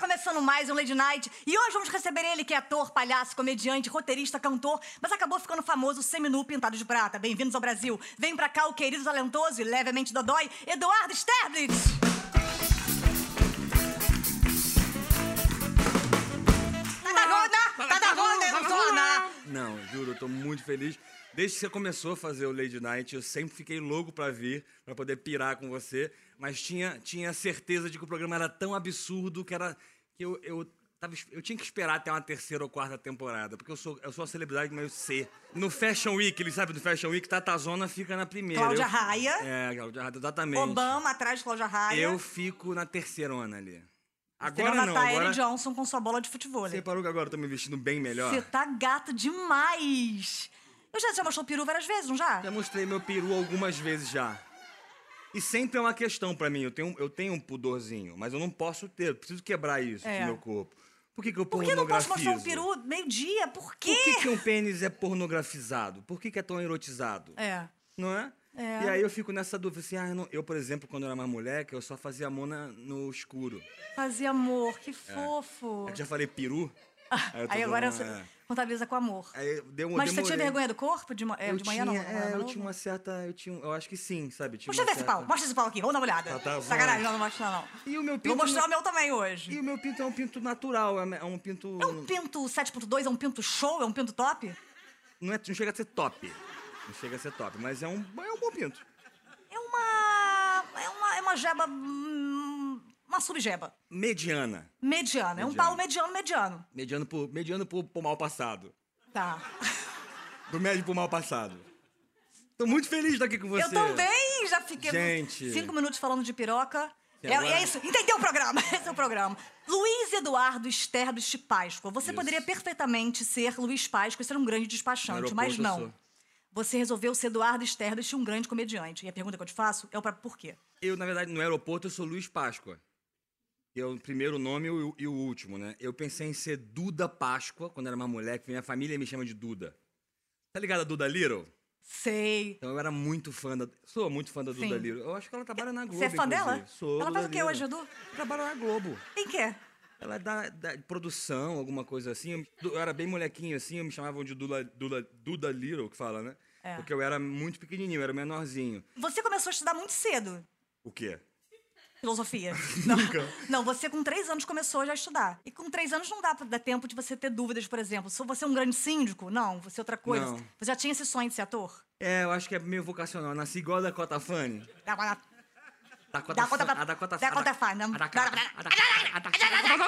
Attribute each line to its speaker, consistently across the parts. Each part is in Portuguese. Speaker 1: Começa no mais um Lady Night e hoje vamos receber ele que é ator, palhaço, comediante, roteirista, cantor, mas acabou ficando famoso seminu pintado de prata. Bem-vindos ao Brasil. Vem pra cá o querido, talentoso e levemente dodói, Eduardo Sterblitz. Tá da roda, tá da roda, eu não sou Ana.
Speaker 2: Não, juro, eu tô muito feliz. Desde que você começou a fazer o Lady Night, eu sempre fiquei louco pra vir, pra poder pirar com você, mas tinha, tinha certeza de que o programa era tão absurdo que era que eu, eu, tava es- eu tinha que esperar até uma terceira ou quarta temporada, porque eu sou, eu sou uma celebridade meio C. No Fashion Week, eles sabem do Fashion Week, Tatazona fica na primeira.
Speaker 1: Cláudia
Speaker 2: Eu-
Speaker 1: Raia.
Speaker 2: É, Cláudia Raia, exatamente.
Speaker 1: Obama atrás de Cláudia Raia.
Speaker 2: Eu fico na terceirona ali. Agora
Speaker 1: Terona
Speaker 2: não,
Speaker 1: Tyler
Speaker 2: agora...
Speaker 1: Johnson com sua bola de futebol.
Speaker 2: Você reparou que agora eu tô me vestindo bem melhor?
Speaker 1: Você tá gato demais. Eu já te mostrou peru várias vezes, não já?
Speaker 2: Já mostrei meu peru algumas vezes já. E sempre é uma questão pra mim. Eu tenho, eu tenho um pudorzinho, mas eu não posso ter. Eu preciso quebrar isso
Speaker 1: É.
Speaker 2: no meu corpo. Por que, que eu
Speaker 1: Por que não posso mostrar
Speaker 2: pornografizo?
Speaker 1: um peru meio-dia? Por quê?
Speaker 2: Por que, que um pênis é pornografizado? Por que, que é tão erotizado?
Speaker 1: É.
Speaker 2: Não é?
Speaker 1: É.
Speaker 2: E aí eu fico nessa dúvida. Assim, ah, eu, não- eu, por exemplo, quando eu era mais moleque, eu só fazia a mona no escuro.
Speaker 1: Fazer amor, que fofo. Ah,
Speaker 2: É que já falei peru. eu tô
Speaker 1: Aí agora
Speaker 2: falando,
Speaker 1: você
Speaker 2: é.
Speaker 1: contabiliza com amor.
Speaker 2: Aí deu um
Speaker 1: Mas você tinha
Speaker 2: demorei.
Speaker 1: vergonha do corpo? De, ma- é,
Speaker 2: Eu
Speaker 1: de manhã
Speaker 2: tinha,
Speaker 1: não?
Speaker 2: é,
Speaker 1: não,
Speaker 2: eu
Speaker 1: não.
Speaker 2: tinha uma certa. Eu, tinha, um, eu acho que sim, sabe? Tinha
Speaker 1: Mostra
Speaker 2: uma
Speaker 1: esse
Speaker 2: certa-
Speaker 1: pau, mostra esse pau aqui, vamos dar uma olhada.
Speaker 2: Tá, tá, vamos.
Speaker 1: Sacanagem, não, não mostra não.
Speaker 2: E o meu
Speaker 1: Vou
Speaker 2: pinto
Speaker 1: mostrar
Speaker 2: não-
Speaker 1: o meu também hoje.
Speaker 2: E o meu pinto é um pinto natural, é é um pinto.
Speaker 1: É um pinto 7.2, é um pinto show, é um pinto top?
Speaker 2: Não, é, não chega a ser top. Não chega a ser top, mas é um, é um bom pinto.
Speaker 1: É uma. É uma, é uma jeba. hum, Uma subjeba.
Speaker 2: Mediana.
Speaker 1: Mediana. É um
Speaker 2: Mediano.
Speaker 1: pau mediano, mediano.
Speaker 2: Mediano por, mediano por, por mal passado.
Speaker 1: Tá.
Speaker 2: Do médio por mal passado. Tô muito feliz daqui com você.
Speaker 1: Eu também já fiquei
Speaker 2: Tipo assim, Gente.
Speaker 1: cinco minutos falando de piroca.
Speaker 2: E
Speaker 1: É,
Speaker 2: agora?
Speaker 1: é isso, entendeu o programa? Esse é o programa. Luiz Eduardo Esterbes de Páscoa. Você
Speaker 2: Isso.
Speaker 1: poderia perfeitamente ser Luiz Páscoa e ser um grande despachante,
Speaker 2: No
Speaker 1: mas
Speaker 2: aeroporto eu
Speaker 1: não.
Speaker 2: sou.
Speaker 1: Você resolveu ser Eduardo Esterbes um grande comediante. E a pergunta que eu te faço é o pra por quê?
Speaker 2: Eu, na verdade, no aeroporto eu sou Luiz Páscoa. Que é o primeiro nome e o, e o último, né? Eu pensei em ser Duda Páscoa, quando era uma moleque, minha família me chama de Duda. Tá ligado a Duda Little?
Speaker 1: Sei.
Speaker 2: Então eu era muito fã da. Sou muito fã da Duda
Speaker 1: Sim.
Speaker 2: Liro. Eu acho que ela trabalha na Globo.
Speaker 1: Você é fã
Speaker 2: inclusive.
Speaker 1: dela?
Speaker 2: Sou.
Speaker 1: Ela
Speaker 2: Duda
Speaker 1: faz o quê
Speaker 2: Liro.
Speaker 1: hoje, Edu?
Speaker 2: Trabalha na Globo.
Speaker 1: Quem que é?
Speaker 2: Ela é da, da produção, alguma coisa assim. Eu me- Eu era bem molequinho assim, eu me chamavam de Dula, Dula, Duda Little, que fala, né?
Speaker 1: É.
Speaker 2: Porque eu era muito pequenininho, eu era menorzinho.
Speaker 1: Você começou a estudar muito cedo.
Speaker 2: O quê?
Speaker 1: Filosofia. Não.
Speaker 2: Nunca.
Speaker 1: Não, você com três anos começou já a estudar. E com três anos não dá pra dar tempo de você ter dúvidas, por exemplo. Sou você um grande síndico? Não, você é outra coisa.
Speaker 2: Não.
Speaker 1: Você já tinha esse sonho de ser ator?
Speaker 2: É, eu acho que é meio vocacional. Eu nasci igual a Dakota Fanny.
Speaker 1: Dá pra-
Speaker 2: Dakota
Speaker 1: Dá conta
Speaker 2: Fan-
Speaker 1: pra-
Speaker 2: A Dakota
Speaker 1: dá
Speaker 2: Fanny.
Speaker 1: conta pra- não-
Speaker 2: A Dakota
Speaker 1: dá-
Speaker 2: a Dakota- a Dakota-
Speaker 1: Porque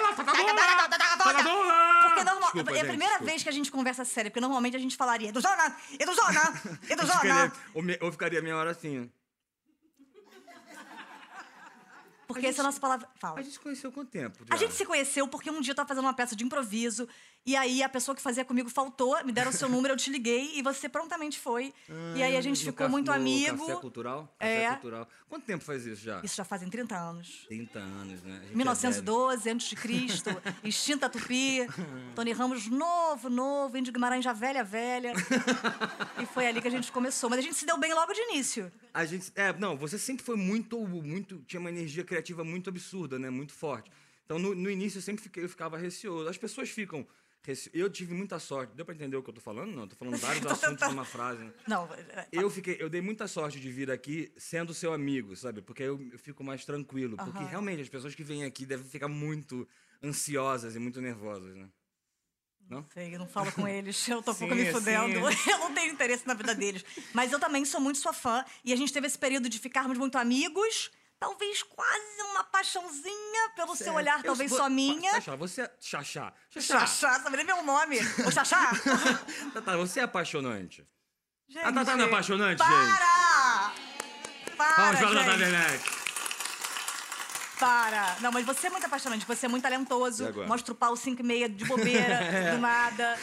Speaker 1: normal,
Speaker 2: Desculpa,
Speaker 1: é a
Speaker 2: gente,
Speaker 1: primeira
Speaker 2: desculpa.
Speaker 1: vez que a gente conversa sério, porque normalmente a gente falaria Eduzona! Eduzona!
Speaker 2: Eu ficaria-
Speaker 1: Eduzona!
Speaker 2: eu me- Eu ficaria meia hora assim.
Speaker 1: Porque essa é a nossa palavra. Fala.
Speaker 2: A gente se conheceu com o tempo.
Speaker 1: A
Speaker 2: já.
Speaker 1: gente se conheceu porque um dia eu tava fazendo uma peça de improviso e aí a pessoa que fazia comigo faltou, me deram o seu número, eu te liguei e você prontamente foi. e aí a gente
Speaker 2: No
Speaker 1: ficou
Speaker 2: ca-
Speaker 1: muito
Speaker 2: no
Speaker 1: amigo.
Speaker 2: Café cultural? Café
Speaker 1: É.
Speaker 2: cultural. Quanto tempo faz isso já?
Speaker 1: Isso já fazem 30 anos.
Speaker 2: 30 anos, né? A gente é
Speaker 1: 1912, antes de Cristo, extinta Tupi, Tony Ramos novo, novo, Índio Guimarães já velha, velha. e foi ali que a gente começou. Mas a gente se deu bem logo de início.
Speaker 2: velho. A gente, é, não, você sempre foi muito, muito, tinha uma energia criativa muito absurda, né? Muito forte. Então, no, no início, eu sempre fiquei, eu ficava receoso. As pessoas ficam... rece- Eu tive muita sorte. Deu pra entender o que eu tô falando? Não, eu tô falando vários
Speaker 1: Tô
Speaker 2: assuntos
Speaker 1: tentando.
Speaker 2: numa frase. né?
Speaker 1: Não, é-
Speaker 2: Eu fiquei, eu dei muita sorte de vir aqui sendo seu amigo, sabe? Porque aí eu, eu fico mais tranquilo. Porque
Speaker 1: Aham.
Speaker 2: realmente as pessoas que vêm aqui devem ficar muito ansiosas e muito nervosas, né?
Speaker 1: Não sei, eu não falo com eles, eu tô um
Speaker 2: Sim,
Speaker 1: pouco me
Speaker 2: sim.
Speaker 1: fudendo. Eu não tenho interesse na vida deles. Mas eu também sou muito sua fã. E a gente teve esse período de ficarmos muito amigos. Talvez quase uma paixãozinha pelo seu olhar,
Speaker 2: Eu
Speaker 1: talvez
Speaker 2: vou-
Speaker 1: só minha.
Speaker 2: Xaxá, você é. Xaxá. Xaxá.
Speaker 1: Xaxá, sabe nem meu nome. Ô, Xaxá.
Speaker 2: Tatá, você é apaixonante.
Speaker 1: Gente,
Speaker 2: A Tatá não é apaixonante, gente?
Speaker 1: Para! Para,
Speaker 2: Vamos falar da Tatá
Speaker 1: gente,
Speaker 2: Werneck.
Speaker 1: para. Não, mas você é muito apaixonante, você é muito talentoso.
Speaker 2: E agora? É.
Speaker 1: Mostra o pau 5 e meia de bobeira, do nada.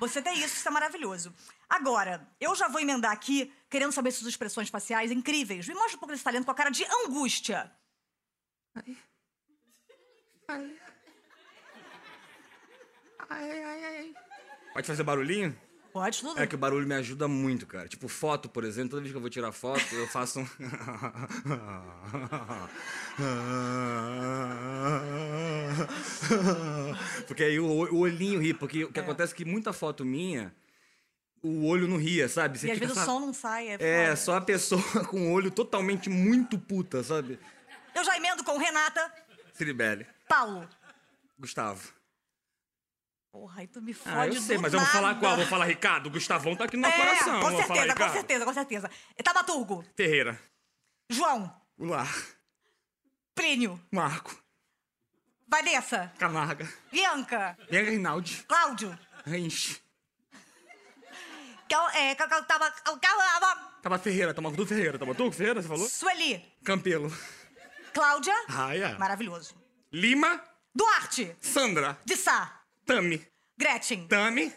Speaker 1: Você tem isso, isso é maravilhoso. Agora, eu já vou emendar aqui, querendo saber suas expressões faciais incríveis. Me mostra um pouco desse talento com a cara de angústia.
Speaker 2: Pode fazer barulhinho?
Speaker 1: Pode tudo.
Speaker 2: É que o barulho me ajuda muito, cara. Tipo, foto, por exemplo, toda vez que eu vou tirar foto, eu faço um. porque aí o, o olhinho ri, porque o que acontece é que muita foto minha, o olho não ria, sabe? Você
Speaker 1: E às
Speaker 2: fica,
Speaker 1: vezes o
Speaker 2: sabe?
Speaker 1: som não sai. É,
Speaker 2: É,
Speaker 1: foda.
Speaker 2: só a pessoa com o olho totalmente muito puta, sabe?
Speaker 1: Eu já emendo com Renata,
Speaker 2: Ciribelli,
Speaker 1: Paulo.
Speaker 2: Gustavo.
Speaker 1: Porra, aí tu me fode
Speaker 2: Ah, eu sei,
Speaker 1: do
Speaker 2: mas eu vou falar
Speaker 1: nada.
Speaker 2: qual? Vou falar Ricardo. Gustavão tá aqui no meu
Speaker 1: É, com
Speaker 2: coração. vou falar
Speaker 1: certeza, com
Speaker 2: Ricardo.
Speaker 1: certeza, com certeza. Tamaturgo,
Speaker 2: Terreira,
Speaker 1: João,
Speaker 2: o Lar,
Speaker 1: Plínio,
Speaker 2: Marco,
Speaker 1: Vanessa,
Speaker 2: Camarga,
Speaker 1: Bianca,
Speaker 2: Bianca Rinaldi,
Speaker 1: Cláudio.
Speaker 2: Rens,
Speaker 1: Cal, é, cal, cal, tava, cal, cal, cal,
Speaker 2: Tava Ferreira, Tava tudo Ferreira, Tava tudo Ferreira, você falou?
Speaker 1: Sueli,
Speaker 2: Campelo,
Speaker 1: Cláudia, é.
Speaker 2: Raia,
Speaker 1: maravilhoso.
Speaker 2: Lima,
Speaker 1: Duarte,
Speaker 2: Sandra,
Speaker 1: de Sá,
Speaker 2: Tami,
Speaker 1: Gretchen,
Speaker 2: Tami.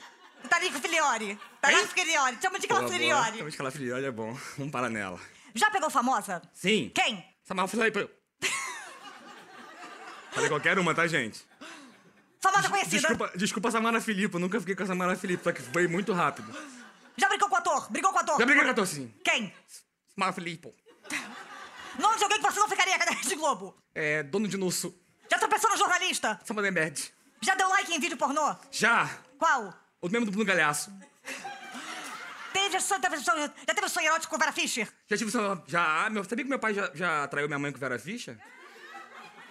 Speaker 1: Tarico Filiori, Tarico Filiori, chama de
Speaker 2: Boa, boa.
Speaker 1: Calafiliori.
Speaker 2: Tamo de Calafriori é bom. Vamos parar nela.
Speaker 1: Já pegou famosa?
Speaker 2: Sim.
Speaker 1: Quem?
Speaker 2: Samara, fala aí pra eu. Falei qualquer uma, tá, gente?
Speaker 1: Famosa conhecida.
Speaker 2: Desculpa, desculpa Samara Filipe, eu nunca fiquei com a Samara Filipe, só que veio muito rápido.
Speaker 1: Já brigou com o ator? Brigou com o ator?
Speaker 2: Já briguei com a Tocinho.
Speaker 1: Quem?
Speaker 2: Samara Filipe.
Speaker 1: Nome de alguém que você não ficaria na Rede Globo?
Speaker 2: É, dono de Nusso.
Speaker 1: Já tropeçou no jornalista?
Speaker 2: Samba da Embed.
Speaker 1: Já deu like em vídeo pornô?
Speaker 2: Já,
Speaker 1: Qual?
Speaker 2: o mesmo do Bruno Galhaço.
Speaker 1: Teve sonho, teve sonho, já teve sonho erótico com Vera Fischer?
Speaker 2: Já tive... essa- Já, ah, meu, sabia que meu pai já, já traiu minha mãe com Vera Ficha?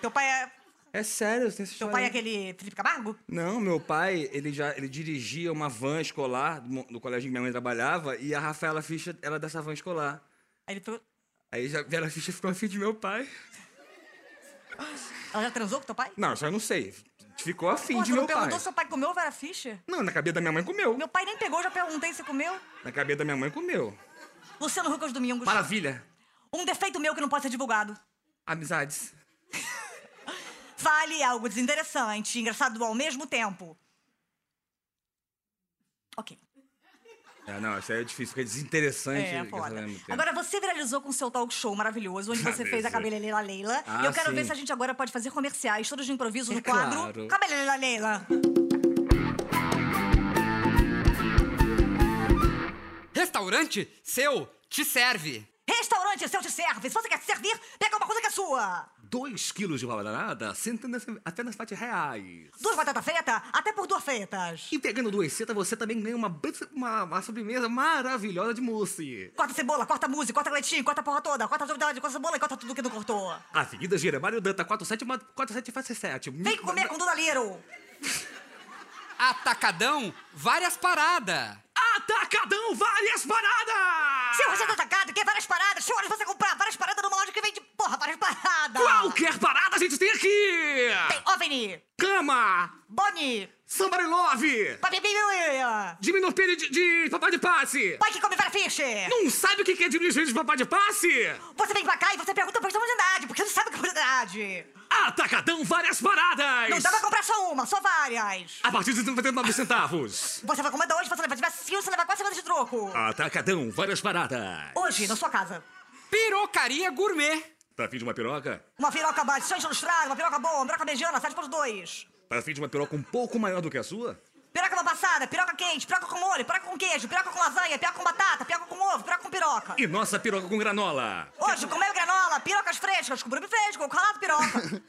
Speaker 1: Teu pai é.
Speaker 2: É sério, você tem essa
Speaker 1: Teu
Speaker 2: história.
Speaker 1: pai é aquele Felipe Camargo?
Speaker 2: Não, meu pai, ele já ele dirigia uma van escolar do, mo- do colégio que minha mãe trabalhava e a Rafaela Ficha era dessa van escolar.
Speaker 1: Aí ele pegou.
Speaker 2: Aí já, Vera Ficha ficou afim de meu pai.
Speaker 1: Ela já transou com teu pai?
Speaker 2: Não, só eu não sei. Ficou afim
Speaker 1: Porra,
Speaker 2: de
Speaker 1: tu
Speaker 2: meu
Speaker 1: não perguntou
Speaker 2: pai.
Speaker 1: se seu pai comeu Vera Fischer?
Speaker 2: Não, na cabeça da minha mãe comeu.
Speaker 1: Meu pai nem pegou, já perguntei se comeu.
Speaker 2: Na cabeça da minha mãe comeu.
Speaker 1: Luciano Huck aos domingos.
Speaker 2: Maravilha.
Speaker 1: Um defeito meu que não pode ser divulgado.
Speaker 2: Amizades.
Speaker 1: Vale algo desinteressante, engraçado ao mesmo tempo. Ok.
Speaker 2: É, não, isso aí é difícil, porque é desinteressante.
Speaker 1: É,
Speaker 2: que
Speaker 1: foda.
Speaker 2: você lembra,
Speaker 1: Agora, você viralizou com seu talk show maravilhoso, onde você fez a Cabeleleira Leila.
Speaker 2: Ah,
Speaker 1: e eu quero
Speaker 2: sim.
Speaker 1: ver se a gente agora pode fazer comerciais, todos de improviso,
Speaker 2: É
Speaker 1: no quadro
Speaker 2: claro.
Speaker 1: Cabeleleira Leila.
Speaker 3: Restaurante seu te serve.
Speaker 1: Restaurante é seu te serve. Se você quer se servir, pega uma coisa que é sua.
Speaker 2: 2 quilos de bananada, sentando apenas 4 reais.
Speaker 1: Duas batatas fritas, até por duas fritas.
Speaker 2: E pegando duas setas, você também ganha uma, uma, uma sobremesa maravilhosa de mousse.
Speaker 1: Corta cebola, corta música, corta gletinho, corta a porra toda, corta a verdade, corta cebola e corta tudo que não cortou.
Speaker 2: Avenida Germário Danta, 4747.
Speaker 1: Vem comer com Dona Liro.
Speaker 3: Atacadão, várias paradas.
Speaker 2: Atacadão, várias paradas!
Speaker 1: Seu receita atacado, quer várias paradas, show de você comprar várias paradas numa loja que vende, porra, várias paradas.
Speaker 2: Qualquer parada a gente tem aqui!
Speaker 1: Tem OVNI,
Speaker 2: Cama,
Speaker 1: Boni,
Speaker 2: Somebody Love,
Speaker 1: Papi Bibi,
Speaker 2: Diminuir de, de papai de passe.
Speaker 1: Pai que come Vera Fischer.
Speaker 2: Não sabe o que é diminuir de papai de passe?
Speaker 1: Você vem pra cá e você pergunta por profundidade, porque você sabe que é profundidade.
Speaker 2: Atacadão, várias paradas!
Speaker 1: Não dá pra comprar só uma, só várias.
Speaker 2: A partir de 99 centavos.
Speaker 1: Você vai comer dois, você leva, se tiver cinco, você leva quatro semanas de troco.
Speaker 2: Ah. Atacadão, várias paradas.
Speaker 1: Hoje, na sua casa.
Speaker 3: Pirocaria gourmet.
Speaker 2: Tá afim de uma piroca?
Speaker 1: Uma piroca bastante ilustrada, uma piroca boa, uma piroca beijana, 7.2.
Speaker 2: Tá afim de uma piroca um pouco maior do que a sua?
Speaker 1: Piroca uma passada, piroca quente, piroca com molho, piroca com queijo, piroca com lasanha, piroca com batata, piroca com ovo, piroca com piroca.
Speaker 2: E nossa piroca com granola.
Speaker 1: Hoje, comeu granola, pirocas frescas, com brume fresco, com calado piroca.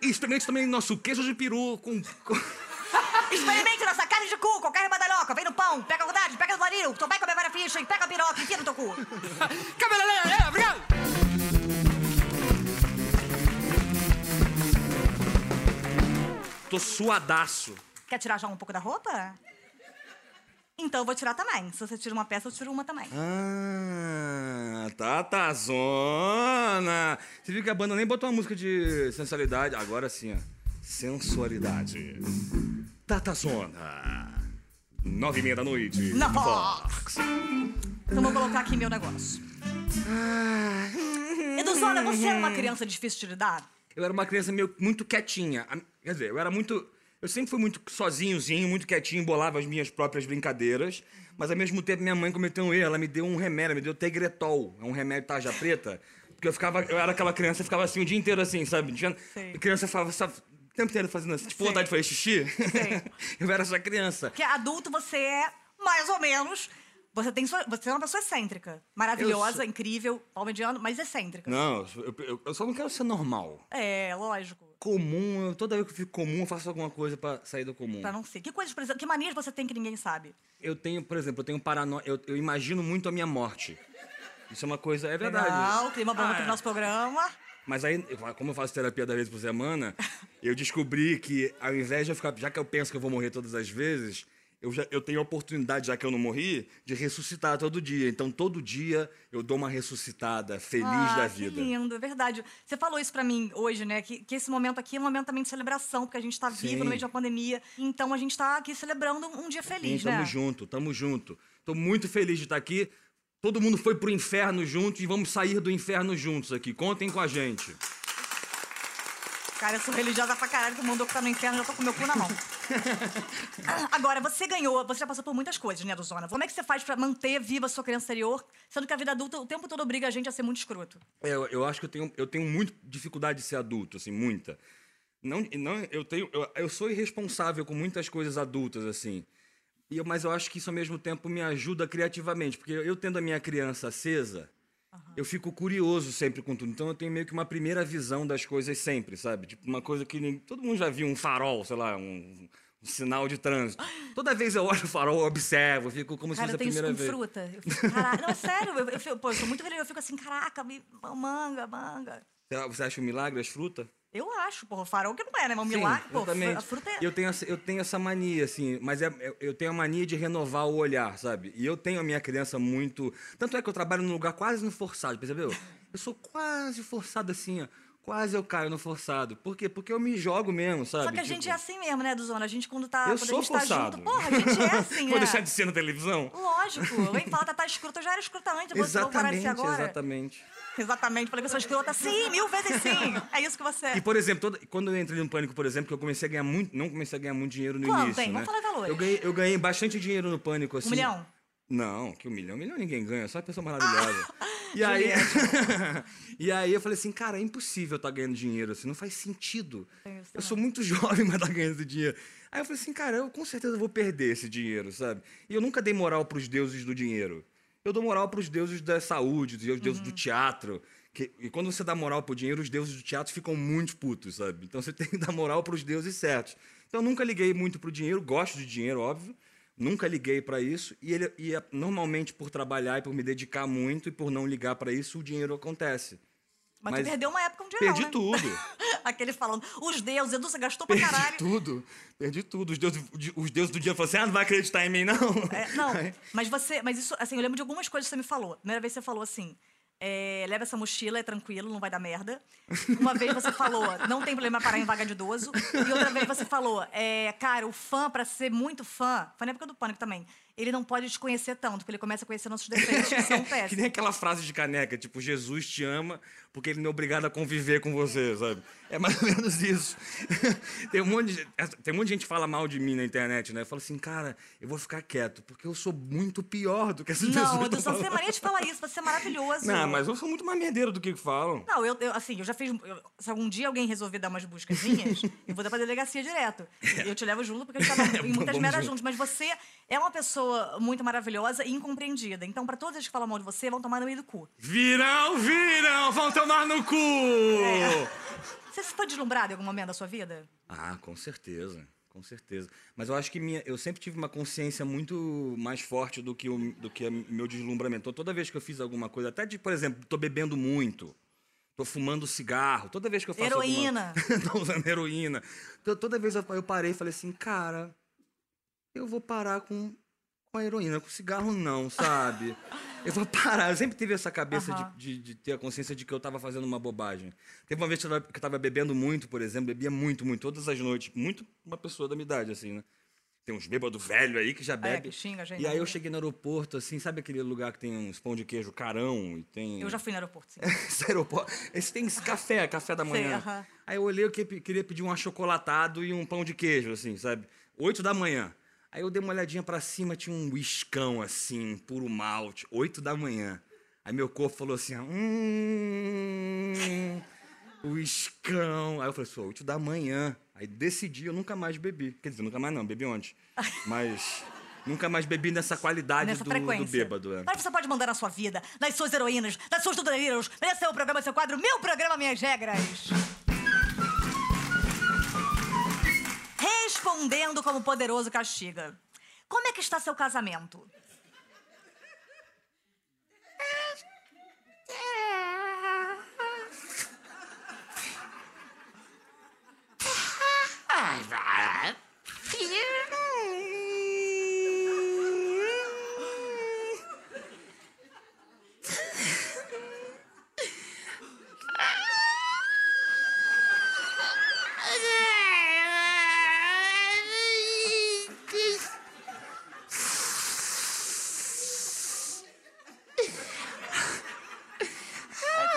Speaker 2: E experimente também nosso queijo de peru com... com-
Speaker 1: Experimente nossa carne de cu, qualquer badalhoca, vem no pão, pega a verdade, pega no baril, tu vai comer várias fichas, e pega a piroca, enfia no teu cu.
Speaker 3: Cabeleleira, obrigado.
Speaker 2: Tô suadaço.
Speaker 1: Quer tirar já um pouco da roupa? Então eu vou tirar também. Se você tira uma peça, eu tiro uma também.
Speaker 2: Ah, tatazona. Você viu que a banda nem botou uma música de sensualidade. Agora sim, ó. Sensualidade. Tatazona. Nove e meia da noite.
Speaker 1: Na Fox! Então vou colocar aqui meu negócio. Eduzona, você é uma criança difícil de lidar?
Speaker 2: Eu era uma criança meio muito quietinha. A- Quer dizer, eu era muito. Eu sempre fui muito sozinhozinho, muito quietinho, bolava as minhas próprias brincadeiras. Mas ao mesmo tempo, minha mãe cometeu um erro. Ela me deu um remédio, ela me deu Tegretol. É um remédio tarja preta. Porque eu ficava. Eu era aquela criança que ficava assim o dia inteiro assim, sabe? Tinha-
Speaker 1: Sei.
Speaker 2: A criança falava, sabe, o tempo inteiro fazendo assim, tipo,
Speaker 1: Sei.
Speaker 2: vontade de fazer xixi.
Speaker 1: Sei.
Speaker 2: eu era essa criança.
Speaker 1: Porque adulto você é mais ou menos. Você, tem sua- você é uma pessoa excêntrica. Maravilhosa,
Speaker 2: Eu sou-
Speaker 1: incrível, pau mediano, mas excêntrica.
Speaker 2: Não, eu, eu- eu só não quero ser normal.
Speaker 1: É, lógico.
Speaker 2: Comum, eu- toda vez que eu fico comum, eu faço alguma coisa pra sair do comum.
Speaker 1: Pra não ser. Que coisas, por exemplo, que manias você tem que ninguém sabe?
Speaker 2: Eu tenho, por exemplo, eu tenho paranoia. Eu, eu imagino muito a minha morte. Isso é uma coisa, é verdade.
Speaker 1: Legal, clima bom
Speaker 2: Ah,
Speaker 1: aqui no nosso programa.
Speaker 2: Mas aí, eu- como eu faço terapia da vez por semana, eu descobri que ao invés de eu ficar. Já que eu penso que eu vou morrer todas as vezes, eu, já, eu tenho a oportunidade, já que eu não morri, de ressuscitar todo dia. Então todo dia eu dou uma ressuscitada, feliz
Speaker 1: ah,
Speaker 2: da
Speaker 1: Que
Speaker 2: vida.
Speaker 1: lindo, é verdade. Você falou isso pra mim hoje, né? Que, que esse momento aqui é um momento também de celebração, porque a gente tá vivo
Speaker 2: Sim.
Speaker 1: no meio de uma pandemia. Então a gente tá aqui celebrando um dia
Speaker 2: Sim,
Speaker 1: feliz,
Speaker 2: tamo
Speaker 1: né?
Speaker 2: junto, tamo junto. Tô muito feliz de estar aqui. Todo mundo foi pro inferno junto e vamos sair do inferno juntos aqui. Contem com a gente.
Speaker 1: Cara, eu sou religiosa pra caralho, tu mandou que tá no inferno, já tô com meu cu na mão. Ah, Agora, você ganhou, você já passou por muitas coisas, né, Duzona? Como é que você faz pra manter viva a sua criança interior, sendo que a vida adulta o tempo todo obriga a gente a ser muito escroto?
Speaker 2: É, Eu, eu acho que eu tenho, eu tenho muito dificuldade de ser adulto, assim, muita. Não, não eu tenho, eu, eu sou irresponsável com muitas coisas adultas, assim. E eu- mas eu acho que isso ao mesmo tempo me ajuda criativamente, porque eu tendo a minha criança acesa, eu fico curioso sempre com tudo. Então eu tenho meio que uma primeira visão das coisas sempre, sabe? Tipo uma coisa que nem, todo mundo já viu um farol, sei lá, um, um sinal de trânsito. Toda vez eu olho o farol, eu observo, eu fico como
Speaker 1: Cara,
Speaker 2: se
Speaker 1: eu
Speaker 2: fosse a
Speaker 1: tenho isso
Speaker 2: é primeira
Speaker 1: com
Speaker 2: vez.
Speaker 1: fruta. Eu fico, caralho. Não, é sério, eu, eu, fico- pô, eu sou muito religiosa, eu fico assim, caraca, me, manga, manga.
Speaker 2: Será- Você acha um milagre as frutas?
Speaker 1: Eu acho, porra, o farol que não é, né? Mas um
Speaker 2: Sim,
Speaker 1: milagre, pô,
Speaker 2: exatamente.
Speaker 1: a fruta é...
Speaker 2: eu tenho essa, eu tenho essa mania assim, mas é- é- eu tenho a mania de renovar o olhar, sabe? E eu tenho a minha criança muito, tanto é que eu trabalho num lugar quase no forçado, percebeu? Eu sou quase forçado assim, ó. Quase eu caio no forçado. Por quê? Porque eu me jogo mesmo, sabe?
Speaker 1: Só que a
Speaker 2: Tipo,
Speaker 1: gente é assim mesmo, né, Duzona? A gente quando tá,
Speaker 2: Eu
Speaker 1: quando
Speaker 2: sou
Speaker 1: a gente tá
Speaker 2: forçado.
Speaker 1: junto, porra, a gente é assim,
Speaker 2: Vou
Speaker 1: né?
Speaker 2: deixar de ser na televisão?
Speaker 1: Lógico. Alguém fala, tá, tá escrota, eu já era escrota antes, eu vou- vou parar de
Speaker 2: Exatamente,
Speaker 1: ser assim agora.
Speaker 2: exatamente.
Speaker 1: Exatamente, falei que eu sou escrota. Sim, mil vezes sim. É isso que você
Speaker 2: E,
Speaker 1: é.
Speaker 2: por exemplo, toda- quando eu entrei no Pânico, por exemplo, que eu comecei a ganhar muito... Não comecei a ganhar muito dinheiro no
Speaker 1: Quanto,
Speaker 2: início,
Speaker 1: hein?
Speaker 2: né?
Speaker 1: Vamos falar valores.
Speaker 2: Eu ganhei, eu ganhei bastante dinheiro no Pânico, assim.
Speaker 1: Um milhão?
Speaker 2: Não, que um milhão. Um milhão ninguém ganha, só uma pessoa maravilhosa. e, aí, e aí eu falei assim, cara, é impossível estar ganhando dinheiro, assim, não faz sentido.
Speaker 1: Tem isso
Speaker 2: Eu sou muito jovem, mas tá ganhando esse dinheiro. Aí eu falei assim, cara, eu com certeza vou perder esse dinheiro, sabe? E eu nunca dei moral pros deuses do dinheiro. Eu dou moral pros deuses da saúde, os deuses
Speaker 1: Uhum.
Speaker 2: do teatro. Que, e quando você dá moral pro dinheiro, os deuses do teatro ficam muito putos, sabe? Então você tem que dar moral pros deuses certos. Então eu nunca liguei muito pro dinheiro, gosto de dinheiro, óbvio. Nunca liguei pra isso. E, ele, e a- normalmente, por trabalhar e por me dedicar muito e por não ligar pra isso, o dinheiro acontece.
Speaker 1: Mas,
Speaker 2: Mas
Speaker 1: tu perdeu uma época um dia
Speaker 2: Perdi
Speaker 1: não, né?
Speaker 2: tudo.
Speaker 1: Aquele falando, os deuses, Edu, você gastou pra
Speaker 2: Perdi
Speaker 1: caralho.
Speaker 2: tudo. Perdi tudo. Os deuses, os deuses do dia falaram assim: ah, não vai acreditar em mim, não.
Speaker 1: É, não,
Speaker 2: Aí-
Speaker 1: mas você. Mas isso, assim, eu lembro de algumas coisas que você me falou. Primeira vez você falou assim. é, leva essa mochila, é tranquilo, não vai dar merda. Uma vez você falou, não tem problema parar em vaga de idoso. E outra vez você falou, é, cara, o fã, pra ser muito fã, foi na época do pânico também, ele não pode te conhecer tanto, porque ele começa a conhecer nossos defeitos, que são péssimos.
Speaker 2: É, que nem aquela frase de caneca, tipo, Jesus te ama porque ele não é obrigado a conviver com você, sabe? É mais ou menos isso. tem, um monte de, essa- tem um monte de gente que fala mal de mim na internet, né? Fala assim, cara, eu vou ficar quieto, porque eu sou muito pior do que essas pessoas.
Speaker 1: Não,
Speaker 2: que
Speaker 1: Edu,
Speaker 2: tão
Speaker 1: você tem
Speaker 2: falando."
Speaker 1: mania de falar isso, você é maravilhoso.
Speaker 2: Não, mas eu sou muito mais merdeiro do que falam.
Speaker 1: Não, eu, eu, assim, eu já fiz. eu- se algum dia alguém resolver dar umas buscas minhas, eu vou dar pra delegacia direto. Eu te levo junto, porque a gente tava em muitas
Speaker 2: É. Vamos
Speaker 1: meras
Speaker 2: junto.
Speaker 1: juntos. Mas você é uma pessoa muito maravilhosa e incompreendida. Então, pra todas as que falam mal de você, vão tomar no meio do cu.
Speaker 2: Virão, virão, vão tomar no cu!
Speaker 1: É. Você se foi deslumbrado em algum momento da sua vida?
Speaker 2: Ah, com certeza, com certeza. Mas eu acho que minha, eu sempre tive uma consciência muito mais forte do que o do que a- meu deslumbramento. Então, toda vez que eu fiz alguma coisa, até de, por exemplo, tô bebendo muito, tô fumando cigarro, toda vez que eu faço alguma-
Speaker 1: Heroína.
Speaker 2: tô usando heroína. Então, toda vez eu, eu parei e falei assim, cara, eu vou parar com, com a heroína, com cigarro não, sabe? Eu vou parar. Eu sempre tive essa cabeça de-
Speaker 1: Aham.
Speaker 2: de, de ter a consciência de que eu tava fazendo uma bobagem. Teve uma vez que eu tava, que eu tava bebendo muito, por exemplo, bebia muito, muito, todas as noites. Muito uma pessoa da minha idade, assim, né? Tem uns bêbados velho aí que já bebe.
Speaker 1: É, que xinga a gente
Speaker 2: e
Speaker 1: na
Speaker 2: aí eu
Speaker 1: rua.
Speaker 2: cheguei no aeroporto, assim, sabe aquele lugar que tem uns pão de queijo carão e tem.
Speaker 1: Eu já fui no aeroporto, sim.
Speaker 2: Esse aeroporto. Esse tem esse café, café da manhã.
Speaker 1: aham.
Speaker 2: Aí eu olhei, eu que- queria pedir um achocolatado e um pão de queijo, assim, sabe? Oito da manhã. Aí eu dei uma olhadinha pra cima, tinha um whiskão, assim, puro malte. Oito da manhã. Aí meu corpo falou assim, ó, hum... Whiskão. Aí eu falei, sou oito da manhã. Aí decidi, eu nunca mais bebi. Quer dizer, nunca mais não, bebi ontem. Mas... Nunca mais bebi nessa qualidade
Speaker 1: Nessa
Speaker 2: do,
Speaker 1: frequência.
Speaker 2: do bêbado. é.
Speaker 1: Mas você pode mandar na sua vida, nas suas heroínas, nas suas tudoreiras. Esse é o programa, seu quadro, meu programa, minhas regras. Respondendo como poderoso castiga. Como é que está seu casamento?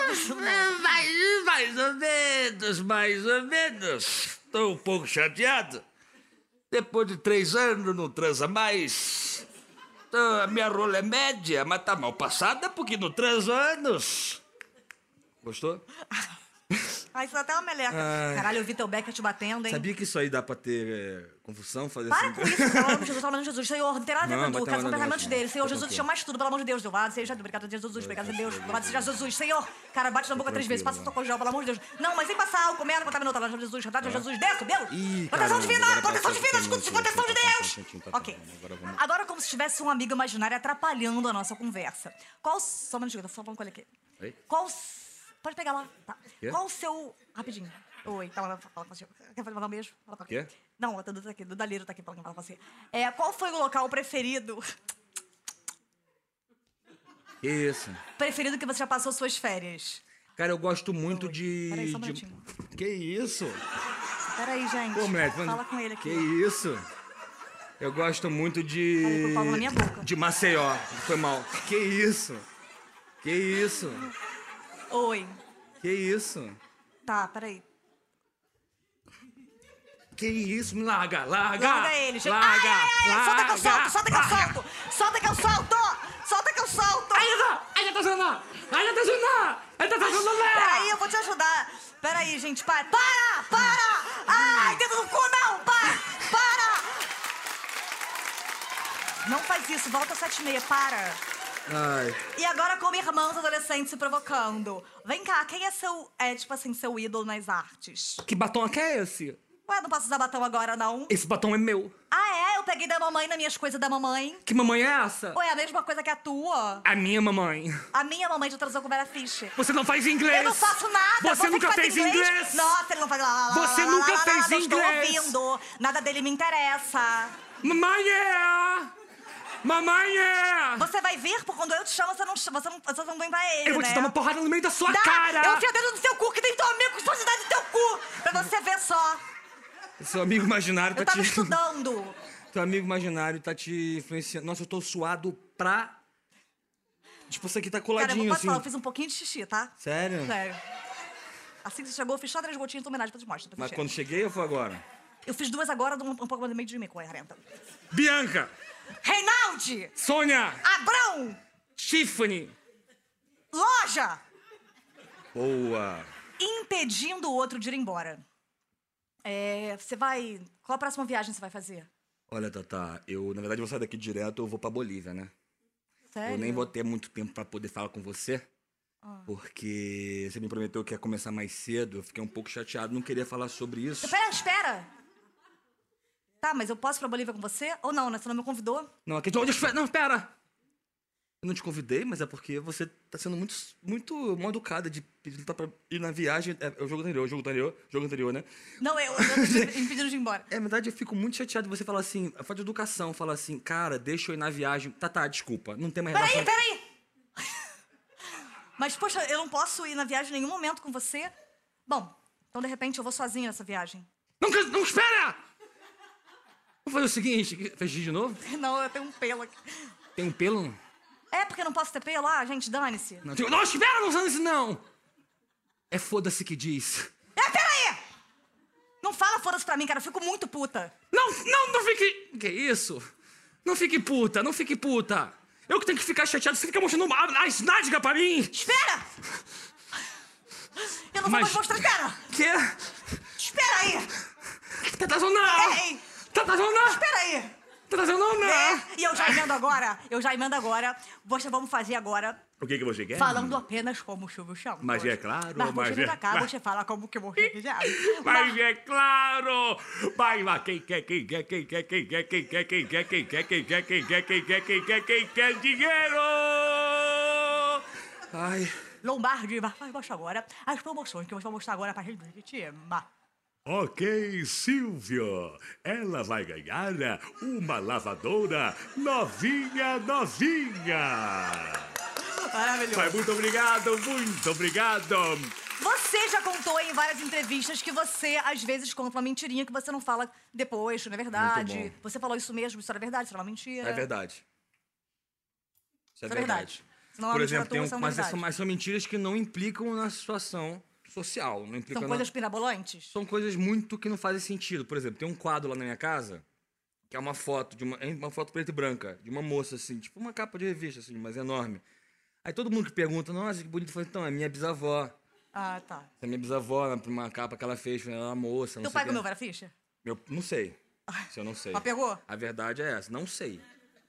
Speaker 4: Mais, um, mais ou menos, mais ou menos. Estou um pouco chateado. Depois de três anos não transa mais. Então, a minha rola é média, mas tá mal passada porque não transa há anos. Gostou?
Speaker 1: Ai, isso dá até uma meleca.
Speaker 2: Ai.
Speaker 1: Caralho, eu vi teu Becker te batendo, hein?
Speaker 2: Sabia que isso aí dá pra ter é, confusão, fazer
Speaker 1: Para
Speaker 2: assim?
Speaker 1: com isso, pelo amor de Jesus, pelo amor de Jesus. Senhor, não tem nada a ver
Speaker 2: Não,
Speaker 1: com
Speaker 2: vai
Speaker 1: tu,
Speaker 2: ter
Speaker 1: cara,
Speaker 2: nada
Speaker 1: são
Speaker 2: a ver,
Speaker 1: pensamentos
Speaker 2: não.
Speaker 1: dele. Senhor
Speaker 2: Tá
Speaker 1: Jesus,
Speaker 2: tranquilo.
Speaker 1: chama mais tudo, pelo amor de Deus. Louvado seja Deus, obrigado a Deus, Jesus, obrigado a Deus, louvado seja Jesus. Senhor, cara, bate na boca três vezes, passa o
Speaker 2: tranquilo,
Speaker 1: teu cojão, pelo amor de Deus. Não, mas sem passar álcool, merda, contaminante, louvado seja tá, Jesus, louvado seja Jesus, desce, Deus.
Speaker 2: É. Ih,
Speaker 1: proteção
Speaker 2: caramba,
Speaker 1: divina,
Speaker 2: agora
Speaker 1: proteção
Speaker 2: passou
Speaker 1: divina,
Speaker 2: um minuto,
Speaker 1: proteção de
Speaker 2: tá bom,
Speaker 1: Deus.
Speaker 2: tá bom, tá bom,
Speaker 1: Ok.
Speaker 2: agora vamos-
Speaker 1: Agora, como se tivesse um amigo imaginário atrapalhando a nossa conversa. Qual. Só um minutinho, eu tô falando com ele aqui.
Speaker 2: Oi?
Speaker 1: Qual. s- Pode pegar lá. Tá.
Speaker 2: Quê?
Speaker 1: Qual o seu. Rapidinho. Oi, tá, fala fala contigo. Quer mandar um beijo? Fala pra
Speaker 2: Quê?
Speaker 1: Não, tá, tá aqui, do Daliro tá aqui falando pra você. É, qual foi o local preferido?
Speaker 2: Isso.
Speaker 1: Preferido que você já passou suas férias?
Speaker 2: Cara, eu gosto muito
Speaker 1: Oi,
Speaker 2: de.
Speaker 1: peraí, só um
Speaker 2: de-
Speaker 1: minutinho.
Speaker 2: Que isso?
Speaker 1: Peraí, gente.
Speaker 2: Pô, moleque, mano,
Speaker 1: Fala com ele aqui.
Speaker 2: Que isso? Eu gosto muito de.
Speaker 1: Olha, eu tô falando na minha boca.
Speaker 2: De Maceió. Foi mal. Que isso? Que isso?
Speaker 1: Oi.
Speaker 2: Que isso?
Speaker 1: Tá, peraí.
Speaker 2: Que isso? Me larga, larga!
Speaker 1: Larga ele, gente.
Speaker 2: Larga!
Speaker 1: Ai, ai, ai, solta que eu
Speaker 2: larga,
Speaker 1: solto, solta que eu
Speaker 2: larga.
Speaker 1: solto! Solta que eu solto! Solta que eu solto! Peraí, eu vou te ajudar. Peraí, gente, para. Para! Para! Ai, dedo no cu, não! Para! Para! Não faz isso, volta às sete e meia, para.
Speaker 2: Ai.
Speaker 1: E agora como irmãos adolescentes se provocando. Vem cá, quem é seu, é tipo assim, seu ídolo nas artes?
Speaker 2: Que batom aqui é esse?
Speaker 1: Ué, não posso usar batom agora, não?
Speaker 2: Esse batom é meu.
Speaker 1: Ah, é? Eu peguei da mamãe nas minhas coisas da mamãe.
Speaker 2: Que mamãe é essa?
Speaker 1: Ué, a mesma coisa que a tua?
Speaker 2: A minha mamãe.
Speaker 1: A minha mamãe já transou com o Vera Fischer.
Speaker 2: Você não faz inglês!
Speaker 1: Eu não faço nada.
Speaker 2: Você
Speaker 1: que
Speaker 2: nunca
Speaker 1: faz
Speaker 2: fez inglês?
Speaker 1: Nossa, ele não faz. Lá, lá, lá,
Speaker 2: Você
Speaker 1: lá, lá,
Speaker 2: nunca
Speaker 1: lá, lá,
Speaker 2: fez
Speaker 1: lá,
Speaker 2: inglês?
Speaker 1: Eu estou ouvindo. Nada dele me interessa.
Speaker 2: Mamãe é! Mamãe é!
Speaker 1: Você vai vir por quando eu te chamo, você não, ch- você não, você não vem pra ele,
Speaker 2: Eu vou
Speaker 1: né?
Speaker 2: te dar uma porrada no meio da sua
Speaker 1: Dá,
Speaker 2: cara!
Speaker 1: Eu enfio o dedo no seu cu, que tem teu amigo com sujidade no teu cu. Pra você ver só.
Speaker 2: Seu amigo imaginário
Speaker 1: Eu
Speaker 2: tá
Speaker 1: tava
Speaker 2: te.
Speaker 1: estudando.
Speaker 2: Seu amigo imaginário tá te influenciando. Nossa, eu tô suado pra. Tipo, isso aqui tá
Speaker 1: Cara, eu vou
Speaker 2: coladinho
Speaker 1: posso
Speaker 2: assim.
Speaker 1: falar, eu fiz um pouquinho de xixi, tá?
Speaker 2: Sério?
Speaker 1: Sério. Assim que você chegou, eu fiz só três gotinhas de homenagem pra te mostrar. pra
Speaker 2: Mas
Speaker 1: você.
Speaker 2: quando cheguei, eu fui agora.
Speaker 1: Eu fiz duas agora, um, um pouco mais do meio de mim, com a Arenta.
Speaker 2: Bianca!
Speaker 1: Reinaldi!
Speaker 2: Sônia!
Speaker 1: Abrão!
Speaker 2: Tiffany!
Speaker 1: Loja!
Speaker 2: Boa!
Speaker 1: impedindo o outro de ir embora. É, você vai. Qual a próxima viagem você vai fazer?
Speaker 2: Olha, Tatá, eu, na verdade, eu vou sair daqui direto, eu vou pra Bolívia, né?
Speaker 1: Sério?
Speaker 2: Eu nem vou ter muito tempo pra poder falar com você. Porque você me prometeu que ia começar mais cedo, eu fiquei um pouco chateado, não queria falar sobre isso.
Speaker 1: Pera, espera! Tá, mas eu posso ir pra Bolívia com você? Ou não, né? Você não me convidou?
Speaker 2: Não, aqui. Não, deixa- não, pera! Eu não te convidei, mas é porque você tá sendo muito, muito mal educada de pedir pra ir na viagem. É, é o jogo anterior, o jogo anterior, o jogo anterior, né?
Speaker 1: Não, eu. eu tô impedindo de ir embora.
Speaker 2: É, na verdade, eu fico muito chateado de você falar assim, falta de educação, falar assim, cara, deixa eu ir na viagem. Tá, tá, desculpa, não tem mais
Speaker 1: Peraí,
Speaker 2: relação.
Speaker 1: peraí! Mas, poxa, eu não posso ir na viagem em nenhum momento com você? Bom, então de repente eu vou sozinha nessa viagem.
Speaker 2: Não, can- não espera! Vamos fazer o seguinte, fez de novo?
Speaker 1: Não, eu tenho um pelo aqui.
Speaker 2: Tem um pelo?
Speaker 1: É porque eu não posso ter pelo? Ah, gente, dane-se.
Speaker 2: Não, tem... não espera, não usa isso não! É foda-se que diz.
Speaker 1: É, peraí! Não fala foda-se pra mim, cara. Eu fico muito puta.
Speaker 2: Não, não, não fique. Que isso? Não fique puta, não fique puta. Eu que tenho que ficar chateado, você fica mostrando uma- a Snadga pra mim!
Speaker 1: Espera! Eu não vou mais
Speaker 2: Mas-
Speaker 1: mostrar. Espera!
Speaker 2: Que?
Speaker 1: Espera aí!
Speaker 2: Tá tá zona!
Speaker 1: Ei!
Speaker 2: Tá tá zona!
Speaker 1: Espera aí!
Speaker 2: Tá trazendo ou não?
Speaker 1: É, e eu já emendo agora, eu já emendo agora. Você, vamos fazer agora,
Speaker 2: O que, que você quer?
Speaker 1: falando apenas como o Silvio Chão.
Speaker 2: É. Mas é claro,
Speaker 1: Mas
Speaker 2: mas
Speaker 1: você vem
Speaker 2: é-
Speaker 1: pra cá, você fala como que você quiser.
Speaker 2: Mas é claro! Vai, vai, quem quer, quem quer, quem quer, quem quer, quem quer, quem quer, quem quer, quem quer, quem quer, quem quer, quem quer, quem quer dinheiro! Ai.
Speaker 1: Lombardi, mas mas mostra agora as promoções que eu vou mostrar agora pra gente do Itima.
Speaker 2: Ok, Silvio. Ela vai ganhar uma lavadora novinha, novinha.
Speaker 1: Maravilhoso.
Speaker 2: Mas muito obrigado, muito obrigado.
Speaker 1: Você já contou em várias entrevistas que você, às vezes, conta uma mentirinha que você não fala depois, não é verdade?
Speaker 2: Muito bom.
Speaker 1: Você falou isso mesmo, isso era verdade, isso era uma mentira.
Speaker 2: É verdade. Isso
Speaker 1: Isso
Speaker 2: é
Speaker 1: é verdade.
Speaker 2: verdade.
Speaker 1: Senão a
Speaker 2: Por
Speaker 1: mentira
Speaker 2: exemplo, tem
Speaker 1: tua
Speaker 2: um,
Speaker 1: são
Speaker 2: mas,
Speaker 1: verdade.
Speaker 2: são, mas são mentiras que não implicam na situação social. Não implicam
Speaker 1: São
Speaker 2: na-
Speaker 1: coisas pirabolantes?
Speaker 2: são coisas muito que não fazem sentido. Por exemplo, tem um quadro lá na minha casa que é uma foto de uma, é uma foto preta e branca de uma moça assim, tipo uma capa de revista assim, mas enorme. Aí todo mundo que pergunta, nossa, que bonito, foi então é minha bisavó. Essa
Speaker 1: Ah, tá.
Speaker 2: é minha bisavó, né, pra uma capa que ela fez, quando ela era uma moça, não
Speaker 1: Teu
Speaker 2: sei
Speaker 1: pai
Speaker 2: o que.
Speaker 1: comeu várias ficha?
Speaker 2: Meu, não sei. Se eu não sei.
Speaker 1: Mas pegou?
Speaker 2: A verdade é essa, não sei.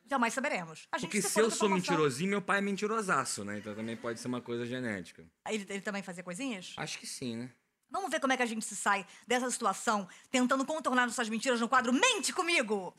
Speaker 1: Jamais saberemos. A gente
Speaker 2: Porque se
Speaker 1: for
Speaker 2: eu
Speaker 1: outra
Speaker 2: sou
Speaker 1: informação-
Speaker 2: mentirosinho, meu pai é mentirosaço, né? Então também pode ser uma coisa genética.
Speaker 1: Ele, ele também fazia coisinhas?
Speaker 2: Acho que sim, né?
Speaker 1: Vamos ver como é que a gente se sai dessa situação, tentando contornar nossas mentiras no quadro Mente Comigo!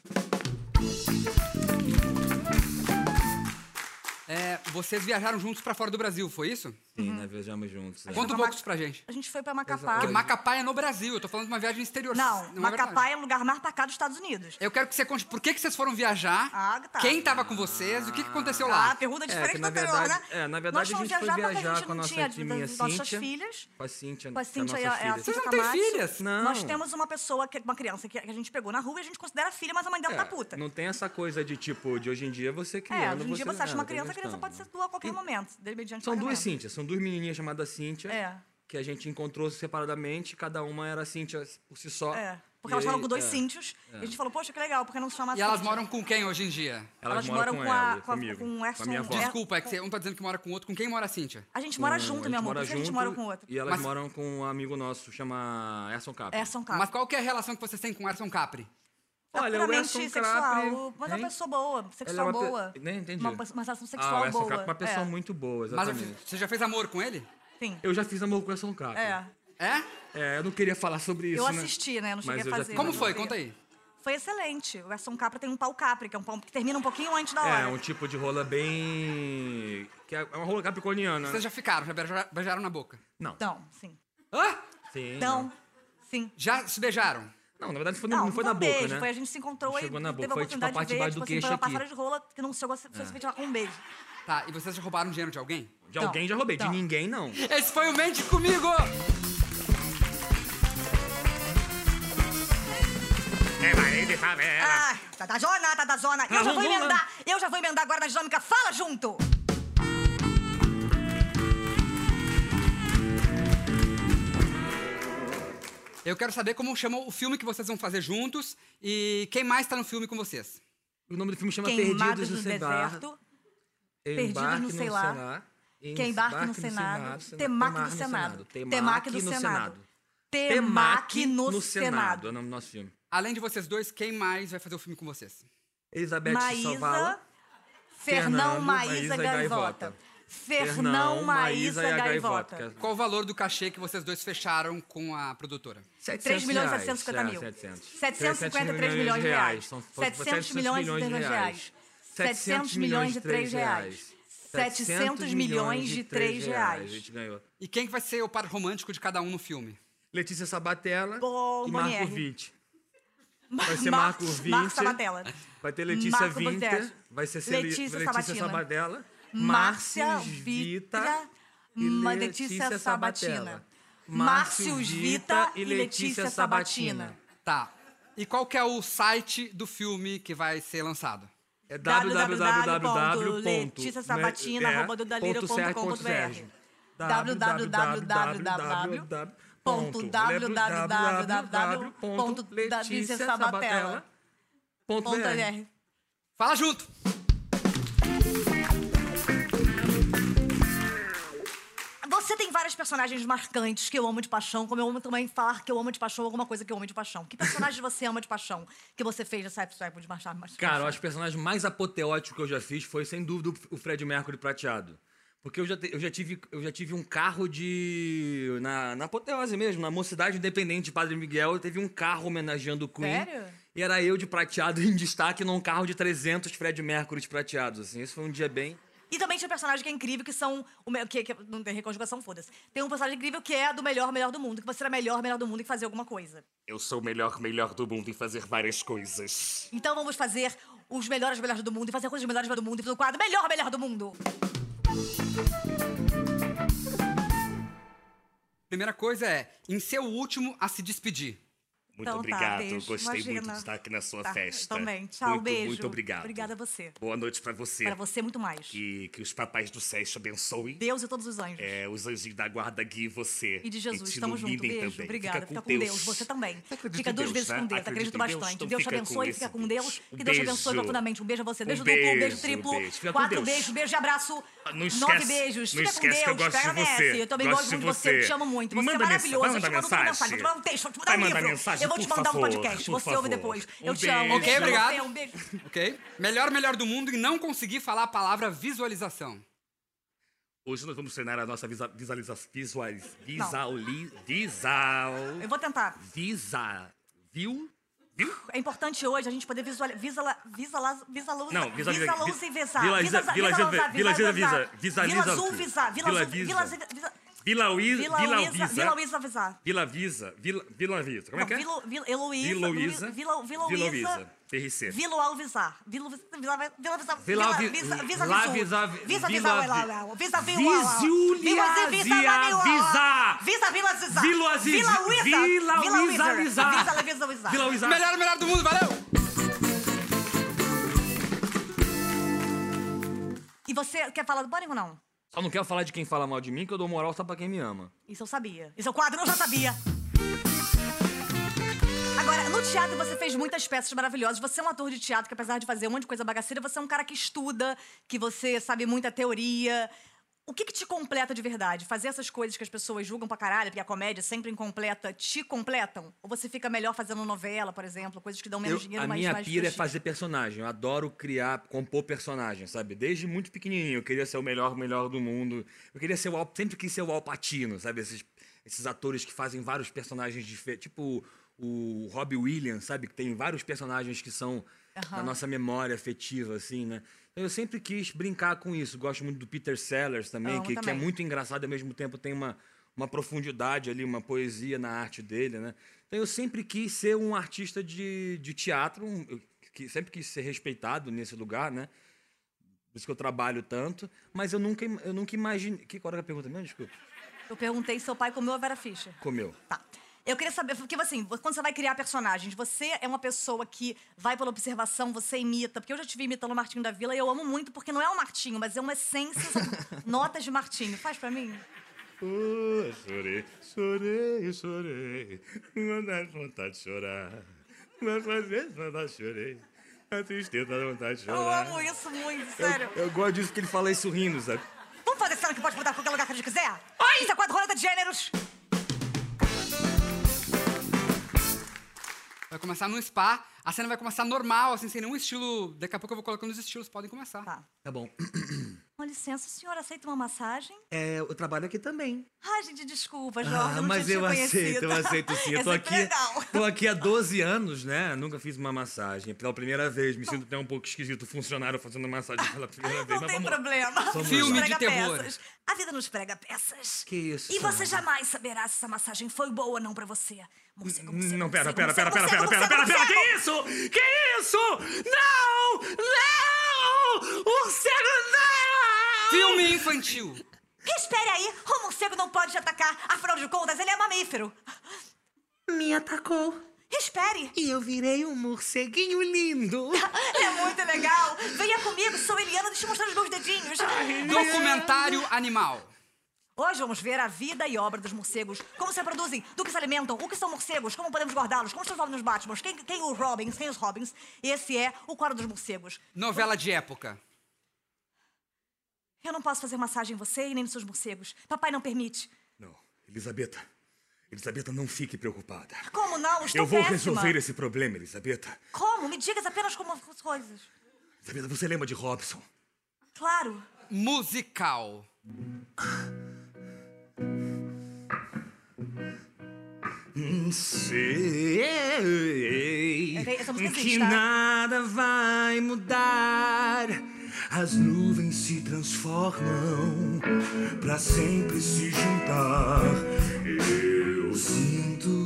Speaker 3: É, vocês viajaram juntos pra fora do Brasil, foi isso?
Speaker 1: Uhum.
Speaker 2: Sim, né? Viajamos juntos. né?
Speaker 3: Conta um pouco isso pra gente.
Speaker 1: A gente foi pra Macapá.
Speaker 2: Exato.
Speaker 3: Porque Macapá é no Brasil, eu tô falando de uma viagem exterior.
Speaker 1: Não,
Speaker 3: é
Speaker 1: Macapá
Speaker 3: verdade.
Speaker 1: é o lugar mais pacado dos Estados Unidos.
Speaker 2: É
Speaker 3: Eu quero que você conte por que, que vocês foram viajar,
Speaker 1: Ah, tá.
Speaker 3: quem tava com vocês, o que, que aconteceu
Speaker 1: Ah,
Speaker 3: lá.
Speaker 1: a pergunta é
Speaker 2: que
Speaker 1: diferente
Speaker 2: na
Speaker 1: da anterior,
Speaker 2: verdade-
Speaker 1: né?
Speaker 2: é, na verdade,
Speaker 1: Nós
Speaker 2: a
Speaker 1: fomos
Speaker 2: gente foi
Speaker 1: viajar porque
Speaker 2: viajar
Speaker 1: a gente
Speaker 2: com a
Speaker 1: não
Speaker 2: nossa
Speaker 1: tinha
Speaker 2: priminha
Speaker 1: das nossas
Speaker 2: Cíntia.
Speaker 1: filhas.
Speaker 2: Com a Cíntia.
Speaker 1: Com a Cíntia
Speaker 2: que
Speaker 1: e
Speaker 2: é
Speaker 1: a,
Speaker 2: a
Speaker 1: é a
Speaker 2: nossa
Speaker 3: Vocês
Speaker 1: Cíntia
Speaker 3: não têm
Speaker 1: Tamás.
Speaker 3: filhas?
Speaker 2: Não.
Speaker 1: Nós temos uma pessoa, que, uma criança que a gente pegou na rua e a gente considera filha, mas a mãe dela
Speaker 2: É,
Speaker 1: tá puta.
Speaker 2: Não tem essa coisa de tipo, de hoje em dia você criando.
Speaker 1: É, hoje em dia você acha
Speaker 2: é,
Speaker 1: uma
Speaker 2: tem
Speaker 1: criança, a criança
Speaker 2: questão,
Speaker 1: pode
Speaker 2: né?
Speaker 1: ser tua a qualquer momento, de- mediante
Speaker 2: São duas
Speaker 1: pagamento.
Speaker 2: Cíntias, são duas menininhas chamadas Cíntia.
Speaker 1: É.
Speaker 2: Que a gente encontrou separadamente, cada uma era Cíntia por si só.
Speaker 1: É, porque
Speaker 2: E
Speaker 1: elas
Speaker 2: aí-
Speaker 1: falam com dois
Speaker 2: é.
Speaker 1: cíntios, e a gente falou, poxa, que legal, porque não se chama
Speaker 3: E elas
Speaker 1: Cíntia?
Speaker 3: moram com quem hoje em dia?
Speaker 1: Elas
Speaker 2: Elas,
Speaker 1: moram
Speaker 2: moram, com,
Speaker 1: com a- com
Speaker 2: ela,
Speaker 1: a-
Speaker 2: comigo,
Speaker 1: com o Erson,
Speaker 2: a minha avó.
Speaker 1: né?
Speaker 3: Desculpa, é que você- um tá dizendo que mora com o outro, com quem mora a Cíntia?
Speaker 1: A gente mora
Speaker 2: Com-
Speaker 1: junto,
Speaker 2: Uhum, a
Speaker 1: meu
Speaker 2: gente
Speaker 1: amor, por
Speaker 2: mora
Speaker 1: isso que a gente
Speaker 2: junto
Speaker 1: mora com o outro.
Speaker 2: E elas
Speaker 3: Mas-
Speaker 2: moram com um amigo nosso, chama Erson Cap.
Speaker 1: É, são caras.
Speaker 3: Mas qual que é a relação que vocês têm com o Erson Capri?
Speaker 1: É
Speaker 2: Olha, o
Speaker 1: puramente
Speaker 2: Erson
Speaker 1: sexual,
Speaker 2: Capri,
Speaker 1: mas é
Speaker 2: hein?
Speaker 1: uma pessoa boa,
Speaker 2: Ele é
Speaker 1: sexual
Speaker 2: uma pe-
Speaker 1: boa.
Speaker 2: Nem entendi.
Speaker 1: Uma, uma relação
Speaker 2: ah,
Speaker 1: sexual
Speaker 2: o Erson
Speaker 1: boa.
Speaker 2: Cap é uma pessoa
Speaker 1: é.
Speaker 2: muito boa,
Speaker 3: Mas
Speaker 2: exatamente.
Speaker 3: você já fez amor com ele?
Speaker 1: Sim.
Speaker 2: Eu já fiz amor com o Erson Cap.
Speaker 1: É.
Speaker 3: É?
Speaker 2: É, eu não queria falar sobre isso,
Speaker 1: Eu
Speaker 2: né?
Speaker 1: assisti, né? Eu não cheguei
Speaker 2: Mas
Speaker 1: a
Speaker 2: eu já
Speaker 1: fazer.
Speaker 2: fiz
Speaker 3: Como
Speaker 1: mas
Speaker 3: foi?
Speaker 1: eu vi.
Speaker 3: Conta aí.
Speaker 1: Foi excelente. O Erson Capra tem um pau capri, que é um pau que termina um pouquinho antes da
Speaker 2: É,
Speaker 1: hora.
Speaker 2: um tipo de rola bem... Que é é uma rola capricorniana. né?
Speaker 3: Vocês já ficaram, já beija- beijaram na boca.
Speaker 2: Não.
Speaker 1: Não, sim.
Speaker 3: Hã?
Speaker 2: Sim,
Speaker 1: Não, sim.
Speaker 3: Já se beijaram?
Speaker 2: Não, na verdade foi no-
Speaker 1: então. Não,
Speaker 2: não, foi
Speaker 1: foi
Speaker 2: na
Speaker 1: um
Speaker 2: boca,
Speaker 1: beijo,
Speaker 2: né?
Speaker 1: Foi a gente se encontrou
Speaker 2: Chegou
Speaker 1: e
Speaker 2: na
Speaker 1: teve
Speaker 2: boca, foi, tipo, a
Speaker 1: oportunidade
Speaker 2: parte
Speaker 1: de
Speaker 2: de
Speaker 1: ver,
Speaker 2: baixo
Speaker 1: tipo
Speaker 2: do
Speaker 1: assim, foi
Speaker 2: queixo
Speaker 1: uma
Speaker 2: aqui.
Speaker 1: passada de rola que não chegou a ser, se fez com um beijo.
Speaker 3: Tá, e vocês já roubaram dinheiro de alguém?
Speaker 2: De alguém
Speaker 1: Não,
Speaker 2: já roubei,
Speaker 1: não.
Speaker 2: de ninguém não.
Speaker 3: Esse foi o Mente Comigo!
Speaker 2: É marido de favela.
Speaker 1: Ah, tá da zona, tá da zona. Eu
Speaker 2: Ah,
Speaker 1: já vou
Speaker 2: vamos lá.
Speaker 1: emendar, eu já vou emendar agora na dinâmica. Fala junto!
Speaker 3: Eu quero saber como chamou o filme que vocês vão fazer juntos e quem mais tá no filme com vocês.
Speaker 2: O nome do filme chama
Speaker 1: Queimados
Speaker 2: Perdidos
Speaker 1: no
Speaker 2: no Sei Lá.
Speaker 1: deserto.
Speaker 2: Embarque
Speaker 1: Perdidos no Sei Lá.
Speaker 2: Embarque
Speaker 1: Quem embarque no
Speaker 2: no
Speaker 1: Senado,
Speaker 2: Sena-
Speaker 1: Temac
Speaker 2: Temar
Speaker 1: do
Speaker 2: no
Speaker 1: Senado,
Speaker 2: Temac no Senado.
Speaker 1: Temac no Senado.
Speaker 2: É o nome do nosso filme.
Speaker 3: Além de vocês dois, quem mais vai fazer o filme com vocês?
Speaker 2: Elizabeth
Speaker 1: Maísa,
Speaker 2: Savala.
Speaker 1: Fernão,
Speaker 2: Fernando,
Speaker 1: Maísa,
Speaker 2: Maísa e
Speaker 1: Gaivota.
Speaker 2: Gaivota.
Speaker 1: Fernão, Maísa,
Speaker 2: e a
Speaker 1: Gaivota.
Speaker 2: que é
Speaker 3: Qual o valor do cachê que vocês dois fecharam com a produtora?
Speaker 1: 3 milhões e
Speaker 2: reais.
Speaker 1: 750 mil.
Speaker 2: É, 700.
Speaker 1: 753 milhões de reais. 700 milhões de 3 reais. 700 milhões de 3 reais. 700 milhões de 3
Speaker 2: A gente
Speaker 1: reais.
Speaker 2: ganhou.
Speaker 3: E quem que vai ser o par romântico de cada um no filme?
Speaker 2: Letícia Sabatella
Speaker 1: Bom,
Speaker 2: e
Speaker 1: Manieri.
Speaker 2: Marco Vitti. Vai ser Marco Vinter.
Speaker 1: Marcos tá Sabatella.
Speaker 2: Vai ter Letícia
Speaker 1: Marco
Speaker 2: Vinter.
Speaker 1: Bozzetti.
Speaker 2: Vai ser Celi-
Speaker 1: Letícia
Speaker 2: Letícia
Speaker 1: Sabatina.
Speaker 2: Sabatella.
Speaker 1: Márcia
Speaker 2: Márcios
Speaker 1: Vita
Speaker 2: e
Speaker 1: Ma-
Speaker 2: Letícia
Speaker 1: Hum, Letícia Sabatina.
Speaker 2: Sabatella.
Speaker 1: Márcios Vita e Letícia Sabatina.
Speaker 3: Tá. E qual que é o site do filme que vai ser lançado?
Speaker 2: É
Speaker 1: www.leticiasabatina.com.br. www.leticiasabatella.br.
Speaker 3: Fala junto!
Speaker 1: Você Você tem vários personagens marcantes que eu amo de paixão, como eu amo também falar que eu amo de paixão alguma coisa que eu amo de paixão. Que personagem você ama de paixão que você fez nessa época de marchar? Mas...
Speaker 2: Cara, eu acho que o personagem mais apoteótico que eu já fiz foi, sem dúvida, o Fred Mercury prateado. Porque eu já, te- eu já tive, eu já tive um carro de. Na, na apoteose mesmo, na Mocidade Independente de Padre Miguel, teve um carro homenageando o Queen.
Speaker 1: Sério?
Speaker 2: E era eu de prateado em destaque num carro de 300 Fred Mercury prateados. Assim. Esse foi um dia bem.
Speaker 1: E também tinha um personagem que é incrível, que são. O me- que, que- não tem reconjugação, foda-se. Tem um personagem incrível que é do melhor, melhor do mundo, que você era melhor, melhor do mundo e fazer alguma coisa.
Speaker 4: Eu sou o melhor, melhor do mundo em fazer várias coisas.
Speaker 1: Então vamos fazer os melhores, melhores do mundo e fazer coisas melhores, melhores do mundo e fazer o quadro melhor, melhor do mundo.
Speaker 3: Primeira coisa é, em seu último a se despedir.
Speaker 4: Muito
Speaker 1: Então tá,
Speaker 4: obrigado.
Speaker 1: beijo.
Speaker 4: Gostei muito
Speaker 1: Imagina.
Speaker 4: de estar aqui na sua
Speaker 1: Tá, eu
Speaker 4: festa.
Speaker 1: também. Tchau,
Speaker 4: muito,
Speaker 1: beijo.
Speaker 4: Muito obrigado.
Speaker 1: Obrigada a você.
Speaker 4: Boa noite pra você.
Speaker 1: Pra você, muito mais.
Speaker 4: Que, que os papais do céu te abençoem.
Speaker 1: Deus e todos os anjos.
Speaker 4: É, os anjos da guarda guiem você.
Speaker 1: E de Jesus,
Speaker 4: te
Speaker 1: tamo junto.
Speaker 4: iluminem
Speaker 1: Beijo,
Speaker 4: também.
Speaker 1: obrigada. Tá
Speaker 4: Fica com, Deus.
Speaker 1: Você também.
Speaker 4: Você acredita
Speaker 1: Fica
Speaker 4: em
Speaker 1: duas
Speaker 4: Deus,
Speaker 1: vezes
Speaker 4: né?
Speaker 1: com Deus.
Speaker 4: Acredita
Speaker 1: Acredito
Speaker 4: em Deus?
Speaker 1: bastante.
Speaker 4: Então
Speaker 1: Deus te
Speaker 4: fica com
Speaker 1: abençoe,
Speaker 4: esse
Speaker 1: fica com
Speaker 4: Deus.
Speaker 1: Deus.
Speaker 4: Um
Speaker 1: Que Deus te abençoe
Speaker 4: beijo.
Speaker 1: profundamente. Um beijo a você.
Speaker 4: Um
Speaker 1: Beijo duplo,
Speaker 4: beijo,
Speaker 1: beijo triplo.
Speaker 4: beijo. Fica com
Speaker 1: Quatro
Speaker 4: Deus. Ah,
Speaker 1: beijos, beijo de abraço.
Speaker 4: Não esquece-
Speaker 1: Nove beijos.
Speaker 4: não
Speaker 1: Fica com
Speaker 4: esquece que eu
Speaker 1: Deus.
Speaker 4: gosto
Speaker 1: Pega
Speaker 4: de
Speaker 1: nessa.
Speaker 4: você.
Speaker 1: Eu também
Speaker 4: Gosto
Speaker 1: gosto
Speaker 4: de
Speaker 1: muito de você. Eu
Speaker 4: você.
Speaker 1: te amo muito.
Speaker 4: Me
Speaker 1: Você é
Speaker 4: manda mensa-
Speaker 1: maravilhoso. Eu
Speaker 4: manda
Speaker 1: te mando uma
Speaker 4: mensagem.
Speaker 1: mensagem. Vou te mandar um texto, vou te mandar
Speaker 4: Vai
Speaker 1: um
Speaker 4: mandar
Speaker 1: livro.
Speaker 4: mensagem,
Speaker 1: Eu vou te
Speaker 4: por
Speaker 1: mandar um
Speaker 4: favor,
Speaker 1: podcast.
Speaker 4: por
Speaker 1: Você ouve
Speaker 4: favor.
Speaker 1: depois.
Speaker 4: Um
Speaker 1: Eu te amo. Eu
Speaker 4: beijo.
Speaker 1: amo
Speaker 3: Ok,
Speaker 1: você.
Speaker 3: obrigado.
Speaker 1: Um beijo.
Speaker 3: Ok? Melhor, melhor do mundo e não conseguir falar a palavra visualização.
Speaker 4: Hoje nós vamos treinar a nossa visa, visualização. Visualiz,
Speaker 1: Não.
Speaker 4: visuali, visal.
Speaker 1: Eu vou tentar.
Speaker 4: Visa. Viu? Viu?
Speaker 1: É importante hoje a gente poder visualizar. Visualiza, visualiza, visualiza,
Speaker 4: Não, visualiza-
Speaker 1: visualiza e
Speaker 4: vi-
Speaker 1: visar.
Speaker 4: visualiza- visualiza- visualiza- visualiza-
Speaker 1: Vila Azul visar. Vila Azul
Speaker 4: Vila-
Speaker 1: Vila Azul- Vila-
Speaker 4: Vila Uísa.
Speaker 1: Vila
Speaker 4: Vila
Speaker 1: Luísa- Vila
Speaker 4: Visa.
Speaker 1: Luísa visar.
Speaker 4: Vila Visa. Vila, Vila Visa. Como é
Speaker 1: Não,
Speaker 4: que é?
Speaker 1: Vila- Vila Heloísa.
Speaker 4: Vila Luísa.
Speaker 1: Vila Vila
Speaker 4: Vila
Speaker 1: Luísa.
Speaker 4: Luísa. TRC.
Speaker 1: Vila Alvisar. Vila Vila Vila Visa Vila
Speaker 2: Vila-
Speaker 1: Visa Visa
Speaker 2: Lá
Speaker 1: Visu. Visa
Speaker 2: Visa-
Speaker 1: Visa
Speaker 2: Vila-
Speaker 1: Vila Visa Vila
Speaker 2: Visualiza- Visa.
Speaker 1: Visa Vila Visa
Speaker 2: Vila Zizi-
Speaker 1: Vila Luísa.
Speaker 2: Vila
Speaker 1: Vila
Speaker 2: Luísa
Speaker 1: Luísa.
Speaker 2: Visa.
Speaker 1: Visa Visa Visa.
Speaker 2: Vila Luísa.
Speaker 3: Melhor, melhor do mundo, valeu!
Speaker 1: E você quer falar do pânico ou não?
Speaker 2: Só não quero falar de quem fala mal de mim, que eu dou moral só pra quem me ama.
Speaker 1: Isso eu sabia. Isso é o quadro, eu já sabia. Agora, no teatro você fez muitas peças maravilhosas. Você é um ator de teatro que, apesar de fazer um monte de coisa bagaceira, você é um cara que estuda, que você sabe muita teoria. O que, que te completa de verdade? Fazer essas coisas que as pessoas julgam pra caralho, porque a comédia sempre incompleta, te completam? Ou você fica melhor fazendo novela, por exemplo, coisas que dão menos
Speaker 2: Eu-
Speaker 1: dinheiro,
Speaker 2: a
Speaker 1: mas
Speaker 2: minha
Speaker 1: mais
Speaker 2: pira é
Speaker 1: prestígio?
Speaker 2: fazer personagem. Eu adoro criar, compor personagem, sabe? Desde muito pequenininho. Eu queria ser o melhor, melhor do mundo. Eu queria ser o Al, sempre quis ser o Alpatino, sabe? Esses, esses atores que fazem vários personagens diferentes. Tipo o Robbie Williams, sabe? Que tem vários personagens que são da nossa memória afetiva, assim, né? Então, Eu sempre quis brincar com isso. Gosto muito do Peter Sellers também,
Speaker 1: Amo
Speaker 2: que, que é
Speaker 1: também.
Speaker 2: muito engraçado e ao mesmo tempo tem uma, uma profundidade ali, uma poesia na arte dele, né? Então eu sempre quis ser um artista de, de teatro, um- eu que- sempre quis ser respeitado nesse lugar, né? Por isso que eu trabalho tanto, mas eu nunca, im- eu nunca imaginei. Que qual era a pergunta mesmo? Desculpa.
Speaker 1: Eu perguntei se seu pai comeu a Vera Fischer.
Speaker 2: Comeu.
Speaker 1: Tá. Eu queria saber, porque assim, quando você vai criar personagens, você é uma pessoa que vai pela observação, você imita, porque eu já estive imitando o Martinho da Vila e eu amo muito, porque não é um Martinho, mas é uma essência, são notas de Martinho. Faz pra mim?
Speaker 4: Oh, chorei, chorei, chorei. Não dá vontade de chorar. Mas às vezes não dá chorei. A tristeza dá vontade de
Speaker 1: Eu
Speaker 4: chorar.
Speaker 1: amo isso muito, sério.
Speaker 2: Eu gosto disso que ele fala isso rindo, sabe?
Speaker 1: Vamos fazer cena que pode botar qualquer lugar que a gente quiser? Oi! Isso é quadro roleta de gêneros.
Speaker 3: Vai começar num spa, a cena vai começar normal, assim, sem nenhum estilo. Daqui a pouco eu vou colocando os estilos, podem começar.
Speaker 1: Tá.
Speaker 2: Tá bom.
Speaker 1: Com licença, o senhor aceita uma massagem?
Speaker 2: É, eu trabalho aqui também.
Speaker 1: Ai, gente, desculpa, Jorge, eu
Speaker 2: Ah,
Speaker 1: não
Speaker 2: mas
Speaker 1: tinha te
Speaker 2: eu aceito,
Speaker 1: conhecido.
Speaker 2: eu aceito sim. Eu tô
Speaker 1: é sempre
Speaker 2: aqui,
Speaker 1: legal.
Speaker 2: tô aqui há 12 anos, né? Nunca fiz uma massagem. Pela primeira vez, me sinto até um pouco esquisito, funcionário fazendo massagem pela primeira vez.
Speaker 1: Não
Speaker 2: mas
Speaker 1: tem
Speaker 2: vamos lá.
Speaker 1: problema. A vida
Speaker 3: Filme
Speaker 1: nos
Speaker 3: de
Speaker 1: prega
Speaker 3: terror.
Speaker 1: Peças. A vida nos prega peças.
Speaker 2: Que isso,
Speaker 1: E você
Speaker 2: Sandra?
Speaker 1: jamais saberá se essa massagem foi boa ou não pra você. Morcego, morcego,
Speaker 2: Hum, Não, pera,
Speaker 1: morcego,
Speaker 2: pera, pera, pera, pera,
Speaker 1: morcego,
Speaker 2: pera, pera,
Speaker 1: morcego,
Speaker 2: pera, que
Speaker 1: morcego.
Speaker 2: isso? Que isso? Não! Não! Morcego, não!
Speaker 3: Filme infantil.
Speaker 1: Espere aí, o morcego não pode te atacar. Afinal de contas, ele é mamífero.
Speaker 2: Me atacou
Speaker 1: Espere.
Speaker 2: e eu virei um morceguinho lindo.
Speaker 1: É muito legal. Venha comigo, sou Eliana, deixa eu mostrar os meus dedinhos.
Speaker 3: Documentário animal.
Speaker 1: Hoje vamos ver a vida e obra dos morcegos. Como se reproduzem, do que se alimentam, o que são morcegos, como podemos guardá-los, como se transformam nos Batman, quem, quem os Robins, quem os Robins. Esse é o quadro dos morcegos.
Speaker 3: Novela de época.
Speaker 1: Eu não posso fazer massagem em você e nem nos seus morcegos. Papai não permite.
Speaker 4: Não, Elisabetta. Elisabetta, não fique preocupada.
Speaker 1: Como não? Estou
Speaker 4: Eu vou
Speaker 1: péssima.
Speaker 4: resolver esse problema, Elisabetta.
Speaker 1: Como? Me digas apenas como as coisas.
Speaker 4: Elisabetta, você lembra de Robson?
Speaker 1: Claro.
Speaker 3: Musical.
Speaker 4: Sei
Speaker 1: Peraí, essa música
Speaker 4: que
Speaker 1: existe, tá?
Speaker 4: nada vai mudar. As nuvens se transformam pra sempre se juntar. Eu sinto,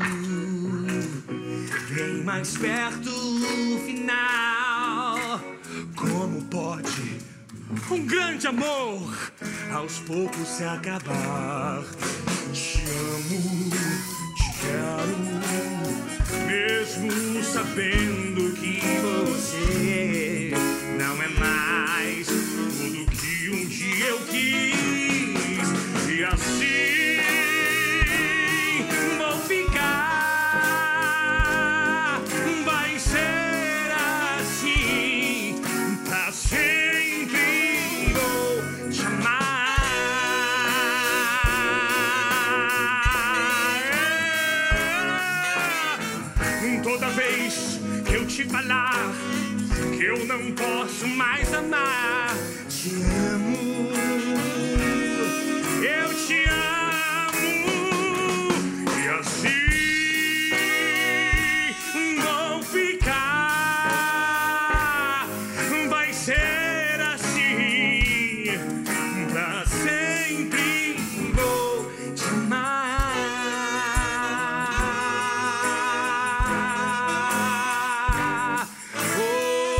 Speaker 4: vem mais perto o final. Como pode um grande amor aos poucos se acabar? Te amo, te quero, mesmo sabendo que você não é mais tudo que um dia eu quis. E assim vou ficar. Vai ser assim pra sempre. Vou te amar. Toda vez que eu te falar que eu não posso mais amar, te amo. Eu te amo e assim vou ficar. Vai ser assim pra sempre. Vou te amar.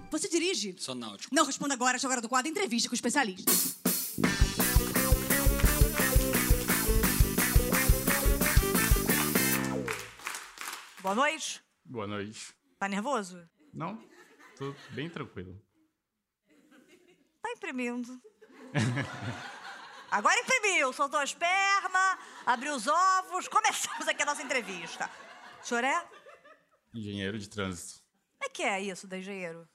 Speaker 4: Oh!
Speaker 5: Você dirige?
Speaker 6: Sou náutico.
Speaker 5: Não responda agora, jogador do quadro, entrevista com o especialista.
Speaker 1: Boa noite.
Speaker 7: Boa noite.
Speaker 1: Tá nervoso?
Speaker 7: Não, tô bem tranquilo.
Speaker 1: Tá imprimindo. Agora imprimiu, soltou a esperma, abriu os ovos. Começamos aqui a nossa entrevista. O senhor é? Como
Speaker 7: Engenheiro de trânsito.
Speaker 1: é que é isso, da engenheiro?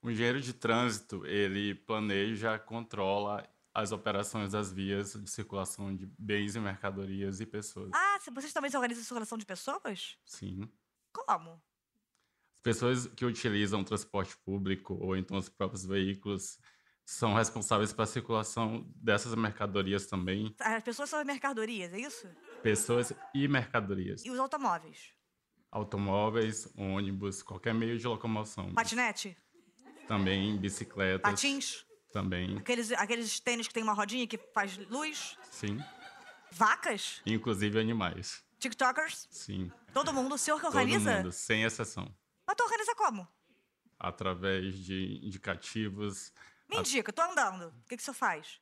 Speaker 7: O engenheiro de trânsito, ele planeja, controla as operações das vias de circulação de bens e mercadorias e pessoas.
Speaker 1: Ah, se vocês também se organizam em circulação de pessoas?
Speaker 7: Sim.
Speaker 1: Como?
Speaker 7: As pessoas que utilizam o transporte público ou então os próprios veículos são responsáveis pela circulação dessas mercadorias também,
Speaker 1: As pessoas são as mercadorias, é isso?
Speaker 7: pessoas e mercadorias.
Speaker 1: E os automóveis?
Speaker 7: Automóveis, ônibus, qualquer meio de locomoção.
Speaker 1: Patinete?
Speaker 7: Também bicicletas.
Speaker 1: Patins?
Speaker 7: Também,
Speaker 1: Aqueles, aqueles tênis que tem uma rodinha que faz luz?
Speaker 7: sim.
Speaker 1: Vacas?
Speaker 7: Inclusive animais.
Speaker 1: TikTokers?
Speaker 7: Sim.
Speaker 1: Todo mundo? O senhor que
Speaker 7: Todo
Speaker 1: organiza?
Speaker 7: mundo, sem exceção.
Speaker 1: Mas tu organiza como?
Speaker 7: Através de indicativos.
Speaker 1: Me indica, eu tô andando. O que, que o senhor faz?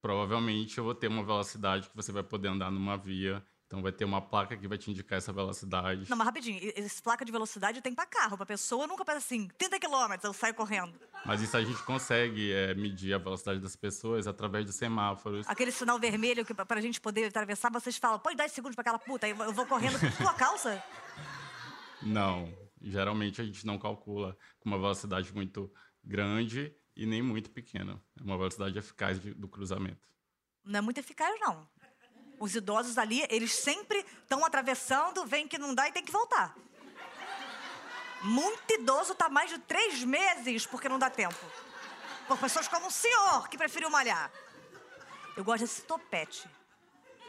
Speaker 7: Provavelmente eu vou ter uma velocidade que você vai poder andar numa via. Então vai ter uma placa que vai te indicar essa velocidade.
Speaker 1: Não, mas rapidinho, e- esse placa de velocidade tem pra carro, pra pessoa nunca pensa assim, 30 quilômetros, eu saio correndo.
Speaker 7: Mas isso a gente consegue é, medir a velocidade das pessoas através de semáforos.
Speaker 1: Aquele sinal vermelho que pra- pra gente poder atravessar, vocês falam, põe 10 segundos pra aquela puta, aí eu vou correndo. Tua calça?
Speaker 7: Não. Geralmente a gente não calcula com uma velocidade muito grande e nem muito pequena. É uma velocidade eficaz de- do cruzamento.
Speaker 1: Não é muito eficaz, não. Os idosos ali, eles sempre estão atravessando, vem que não dá e tem que voltar. Muito idoso tá mais de três meses porque não dá tempo. Por pessoas como o senhor, que preferiu malhar. Eu gosto desse topete.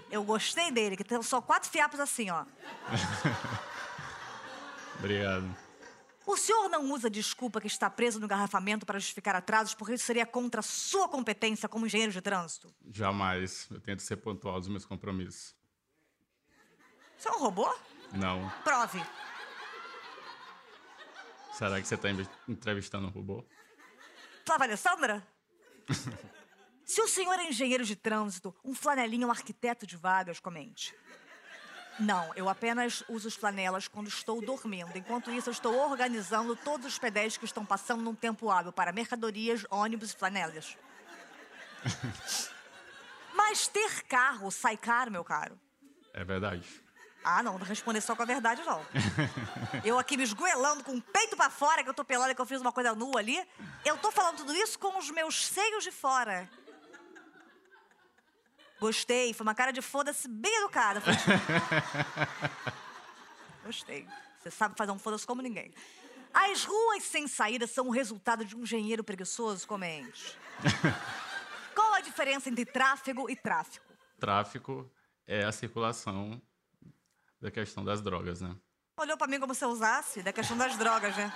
Speaker 1: Eu gostei dele, que tem só quatro fiapos assim, ó.
Speaker 7: Obrigado.
Speaker 1: O senhor não usa desculpa que está preso no engarrafamento para justificar atrasos, porque isso seria contra a sua competência como engenheiro de trânsito.
Speaker 7: Jamais. Eu tento ser pontual dos meus compromissos.
Speaker 1: Você é um robô?
Speaker 7: Não.
Speaker 1: Prove.
Speaker 7: Será que você está entrevistando um robô?
Speaker 1: Flávia Alessandra? Se o senhor é engenheiro de trânsito, um flanelinha é um arquiteto de vagas, comente. Não, eu apenas uso os flanelas quando estou dormindo. Enquanto isso, eu estou organizando todos os pedestres que estão passando num tempo hábil para mercadorias, ônibus e flanelas. Mas ter carro sai caro, meu caro.
Speaker 7: É verdade.
Speaker 1: Ah, não, não vou responder só com a verdade, não. Eu aqui me esgoelando com o peito pra fora, que eu tô pelada, que eu fiz uma coisa nua ali. Eu tô falando tudo isso com os meus seios de fora. Gostei, foi uma cara de foda-se bem educada. Foi tipo. Gostei. Você sabe fazer um foda-se como ninguém. As ruas sem saída são o resultado de um engenheiro preguiçoso, comente. Qual a diferença entre tráfego e tráfico?
Speaker 7: Tráfico é a circulação da questão das drogas, né?
Speaker 1: Olhou pra mim como se eu usasse, da questão das drogas, né?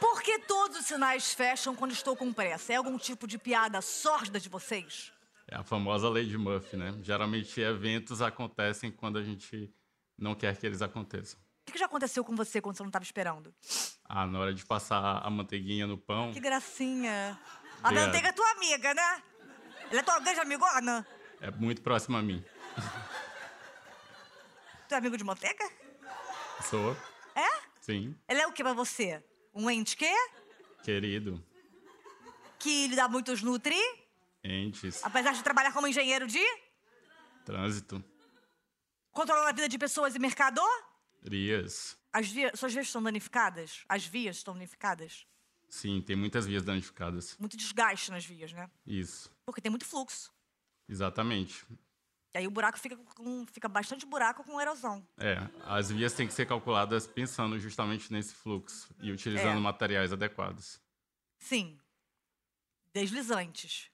Speaker 1: Por que todos os sinais fecham quando estou com pressa? É algum tipo de piada sórdida de vocês?
Speaker 7: É a famosa lei de Murphy, né? Geralmente eventos acontecem quando a gente não quer que eles aconteçam.
Speaker 1: O que que já aconteceu com você quando você não estava esperando?
Speaker 7: Ah, na hora de passar a manteiguinha no pão,
Speaker 1: Que gracinha. A
Speaker 7: Obrigado.
Speaker 1: manteiga é tua amiga, né? Ela é tua grande amigona?
Speaker 7: é muito próximo a mim.
Speaker 1: Tu é amigo de manteiga?
Speaker 7: Sou,
Speaker 1: É?
Speaker 7: sim,
Speaker 1: Ela é o que pra você? Um ente quê?
Speaker 7: querido,
Speaker 1: Que lhe dá muitos nutri,
Speaker 7: entes,
Speaker 1: apesar de trabalhar como engenheiro de...
Speaker 7: trânsito,
Speaker 1: Controlando a vida de pessoas e mercador?
Speaker 7: rias.
Speaker 1: As vias, suas vias estão danificadas? As vias estão danificadas?
Speaker 7: Sim, tem muitas vias danificadas.
Speaker 1: Muito desgaste nas vias, né?
Speaker 7: Isso,
Speaker 1: Porque tem muito fluxo.
Speaker 7: exatamente.
Speaker 1: E aí o buraco fica, com, fica bastante buraco com erosão.
Speaker 7: É, as vias têm que ser calculadas pensando justamente nesse fluxo e utilizando
Speaker 1: É.
Speaker 7: materiais adequados.
Speaker 1: Sim. Deslizantes.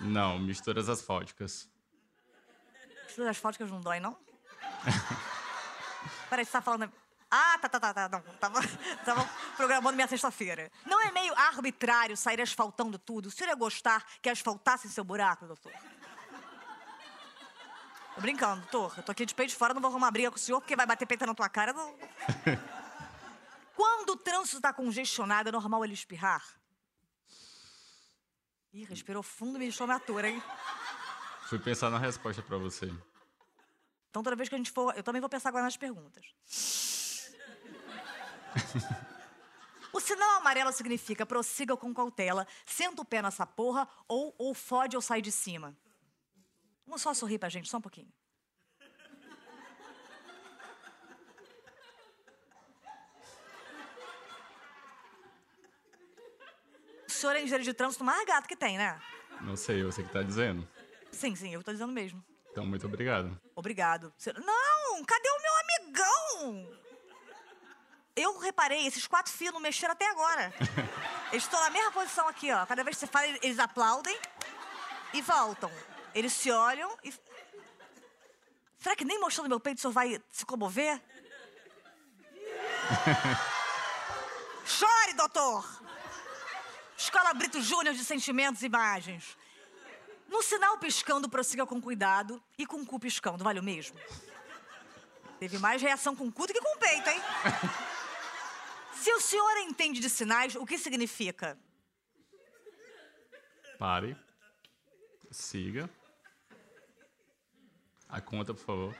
Speaker 7: Não, misturas asfálticas.
Speaker 1: Essas asfálticas não dói, não? Peraí, você tá falando. Ah, tá, tá, tá, tá. Não, tava, tava programando minha sexta-feira. Não é meio arbitrário sair asfaltando tudo? O senhor ia gostar que asfaltassem seu buraco, doutor? Tô brincando, doutor. Eu tô aqui de peito de fora, não vou arrumar briga com o senhor, porque vai bater peita na tua cara. Não... Quando o trânsito tá congestionado, é normal ele espirrar? Ih, respirou fundo e me deixou matura, hein?
Speaker 7: Fui pensar na resposta pra você.
Speaker 1: Então, toda vez que a gente for. Eu também vou pensar agora nas perguntas. o sinal amarelo significa prossiga com cautela, senta o pé nessa porra, ou, ou fode ou sai de cima. Vamos só sorrir pra gente, só um pouquinho. O senhor é engenheiro de trânsito mais gato que tem, né?
Speaker 7: Não sei, você que tá dizendo.
Speaker 1: Sim, sim, eu tô dizendo mesmo.
Speaker 7: Então, muito obrigado.
Speaker 1: Obrigado. Você- Não, cadê o meu amigão? Eu reparei, esses quatro filhos não mexeram até agora. Eles estão na mesma posição aqui, ó. Cada vez que você fala, eles aplaudem e voltam. Eles se olham e. Será que nem mostrando meu peito o senhor vai se comover? Chore, doutor! Escola Brito Júnior de Sentimentos e Imagens. No sinal piscando, prossiga com cuidado e com o cu piscando, vale o mesmo? Teve mais reação com o cu do que com o peito, hein? Se o senhor entende de sinais, o que significa?
Speaker 7: Pare. Siga. A conta, por favor.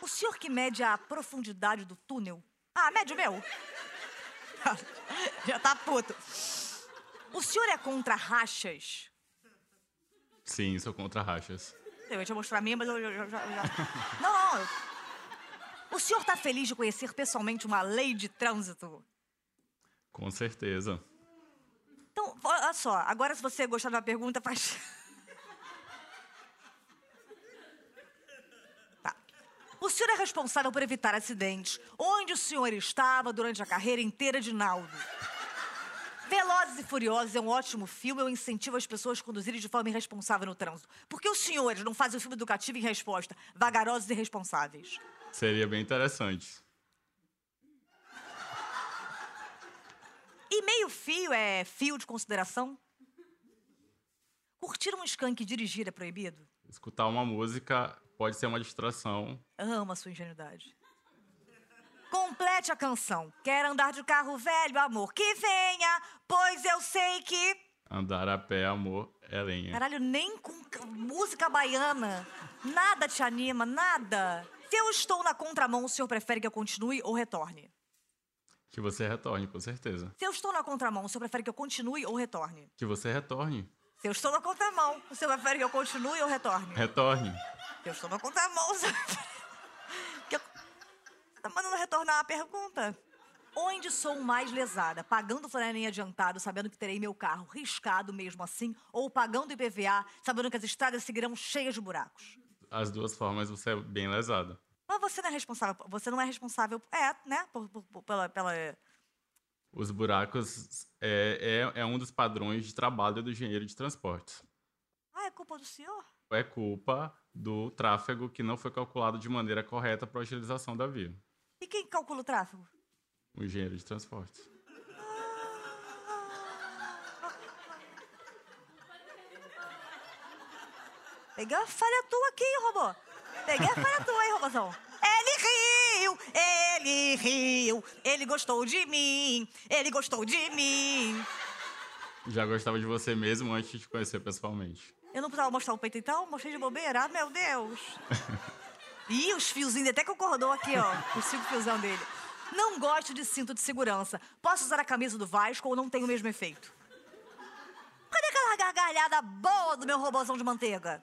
Speaker 1: O senhor que mede a profundidade do túnel? Ah, mede o meu. Já tá puto. O senhor é contra rachas?
Speaker 7: Sim, sou contra rachas.
Speaker 1: Eu ia te mostrar a minha, mas eu eu- eu- eu- já. Não, não. eu- O senhor tá feliz de conhecer pessoalmente uma lei de trânsito?
Speaker 7: Com certeza.
Speaker 1: Então, ó- olha só, agora se você gostar de uma pergunta, faz. Tá. O senhor é responsável por evitar acidentes. Onde o senhor estava durante a carreira inteira de Naldo? Velozes e Furiosos é um ótimo filme. Eu incentivo as pessoas a conduzirem de forma irresponsável no trânsito. Por que os senhores não fazem o filme educativo em resposta? Vagarosos e irresponsáveis.
Speaker 7: Seria bem interessante.
Speaker 1: E meio fio é fio de consideração? Curtir um skunk e dirigir é proibido?
Speaker 7: Escutar uma música pode ser uma distração.
Speaker 1: Amo a sua ingenuidade. Complete a canção. Quero andar de carro velho, amor. Que venha, pois eu sei que.
Speaker 7: Andar a pé, amor, é lenha.
Speaker 1: Caralho, nem com c- música baiana. Nada te anima, nada. Se eu estou na contramão, o senhor prefere que eu continue ou retorne?
Speaker 7: Que você retorne, com certeza.
Speaker 1: Se eu estou na contramão, o senhor prefere que eu continue ou retorne?
Speaker 7: Que você retorne.
Speaker 1: Se eu estou na contramão, o senhor prefere que eu continue ou retorne?
Speaker 7: Retorne.
Speaker 1: Se eu estou na contramão, o senhor prefere que eu... Você tá mandando retornar a pergunta. Onde sou mais lesada? Pagando Florianem adiantado, sabendo que terei meu carro riscado mesmo assim, ou pagando IPVA, sabendo que as estradas seguirão cheias de buracos?
Speaker 7: As duas formas você é bem lesado.
Speaker 1: Mas você não é responsável. Você não é responsável. É, né? Por, por- por- pela, pela.
Speaker 7: Os buracos é, é, é um dos padrões de trabalho do engenheiro de transportes.
Speaker 1: Ah, é culpa do senhor?
Speaker 7: É culpa do tráfego que não foi calculado de maneira correta para a utilização da via.
Speaker 1: E quem calcula o tráfego?
Speaker 7: O engenheiro de transportes.
Speaker 1: Peguei uma falha tua aqui, hein, robô. Peguei a falha tua, hein, robôzão. Ele riu, ele riu, ele gostou de mim, ele gostou de mim.
Speaker 7: Já gostava de você mesmo antes de te conhecer pessoalmente.
Speaker 1: Eu não precisava mostrar o peito então? Mostrei de bobeira? Ah, meu Deus. Ih, os fiozinhos, até que o cordão aqui, ó. Os cinco fiozão dele. Não gosto de cinto de segurança. Posso usar a camisa do Vasco ou não tem o mesmo efeito? Cadê aquela gargalhada boa do meu robôzão de manteiga?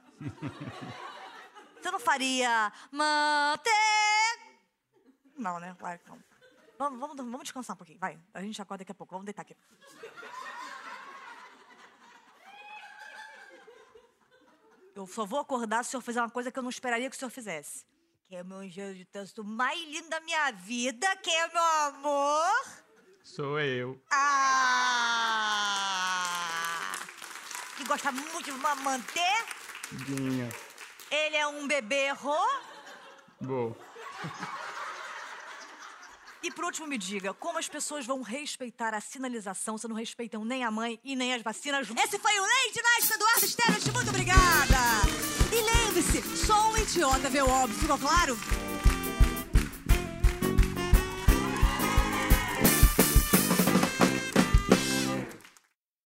Speaker 1: Você não faria manteiga? Não, né? Claro que não. Vamos, vamos, vamos descansar um pouquinho, vai. A gente acorda daqui a pouco. Vamos deitar aqui. Eu só vou acordar se o senhor fizer uma coisa que eu não esperaria que o senhor fizesse. Que é o meu engenho de texto mais lindo da minha vida, que é o meu amor.
Speaker 7: Sou eu.
Speaker 1: Ah! Que gosta muito de mamantê.
Speaker 7: Minha.
Speaker 1: Ele é um bebê ro.
Speaker 7: Boa.
Speaker 1: E por último, me diga, como as pessoas vão respeitar a sinalização se não respeitam nem a mãe e nem as vacinas?
Speaker 8: Esse foi o Lady Night do Eduardo Esteves. Muito obrigada. E lembre-se, só um idiota vê o óbvio, ficou claro?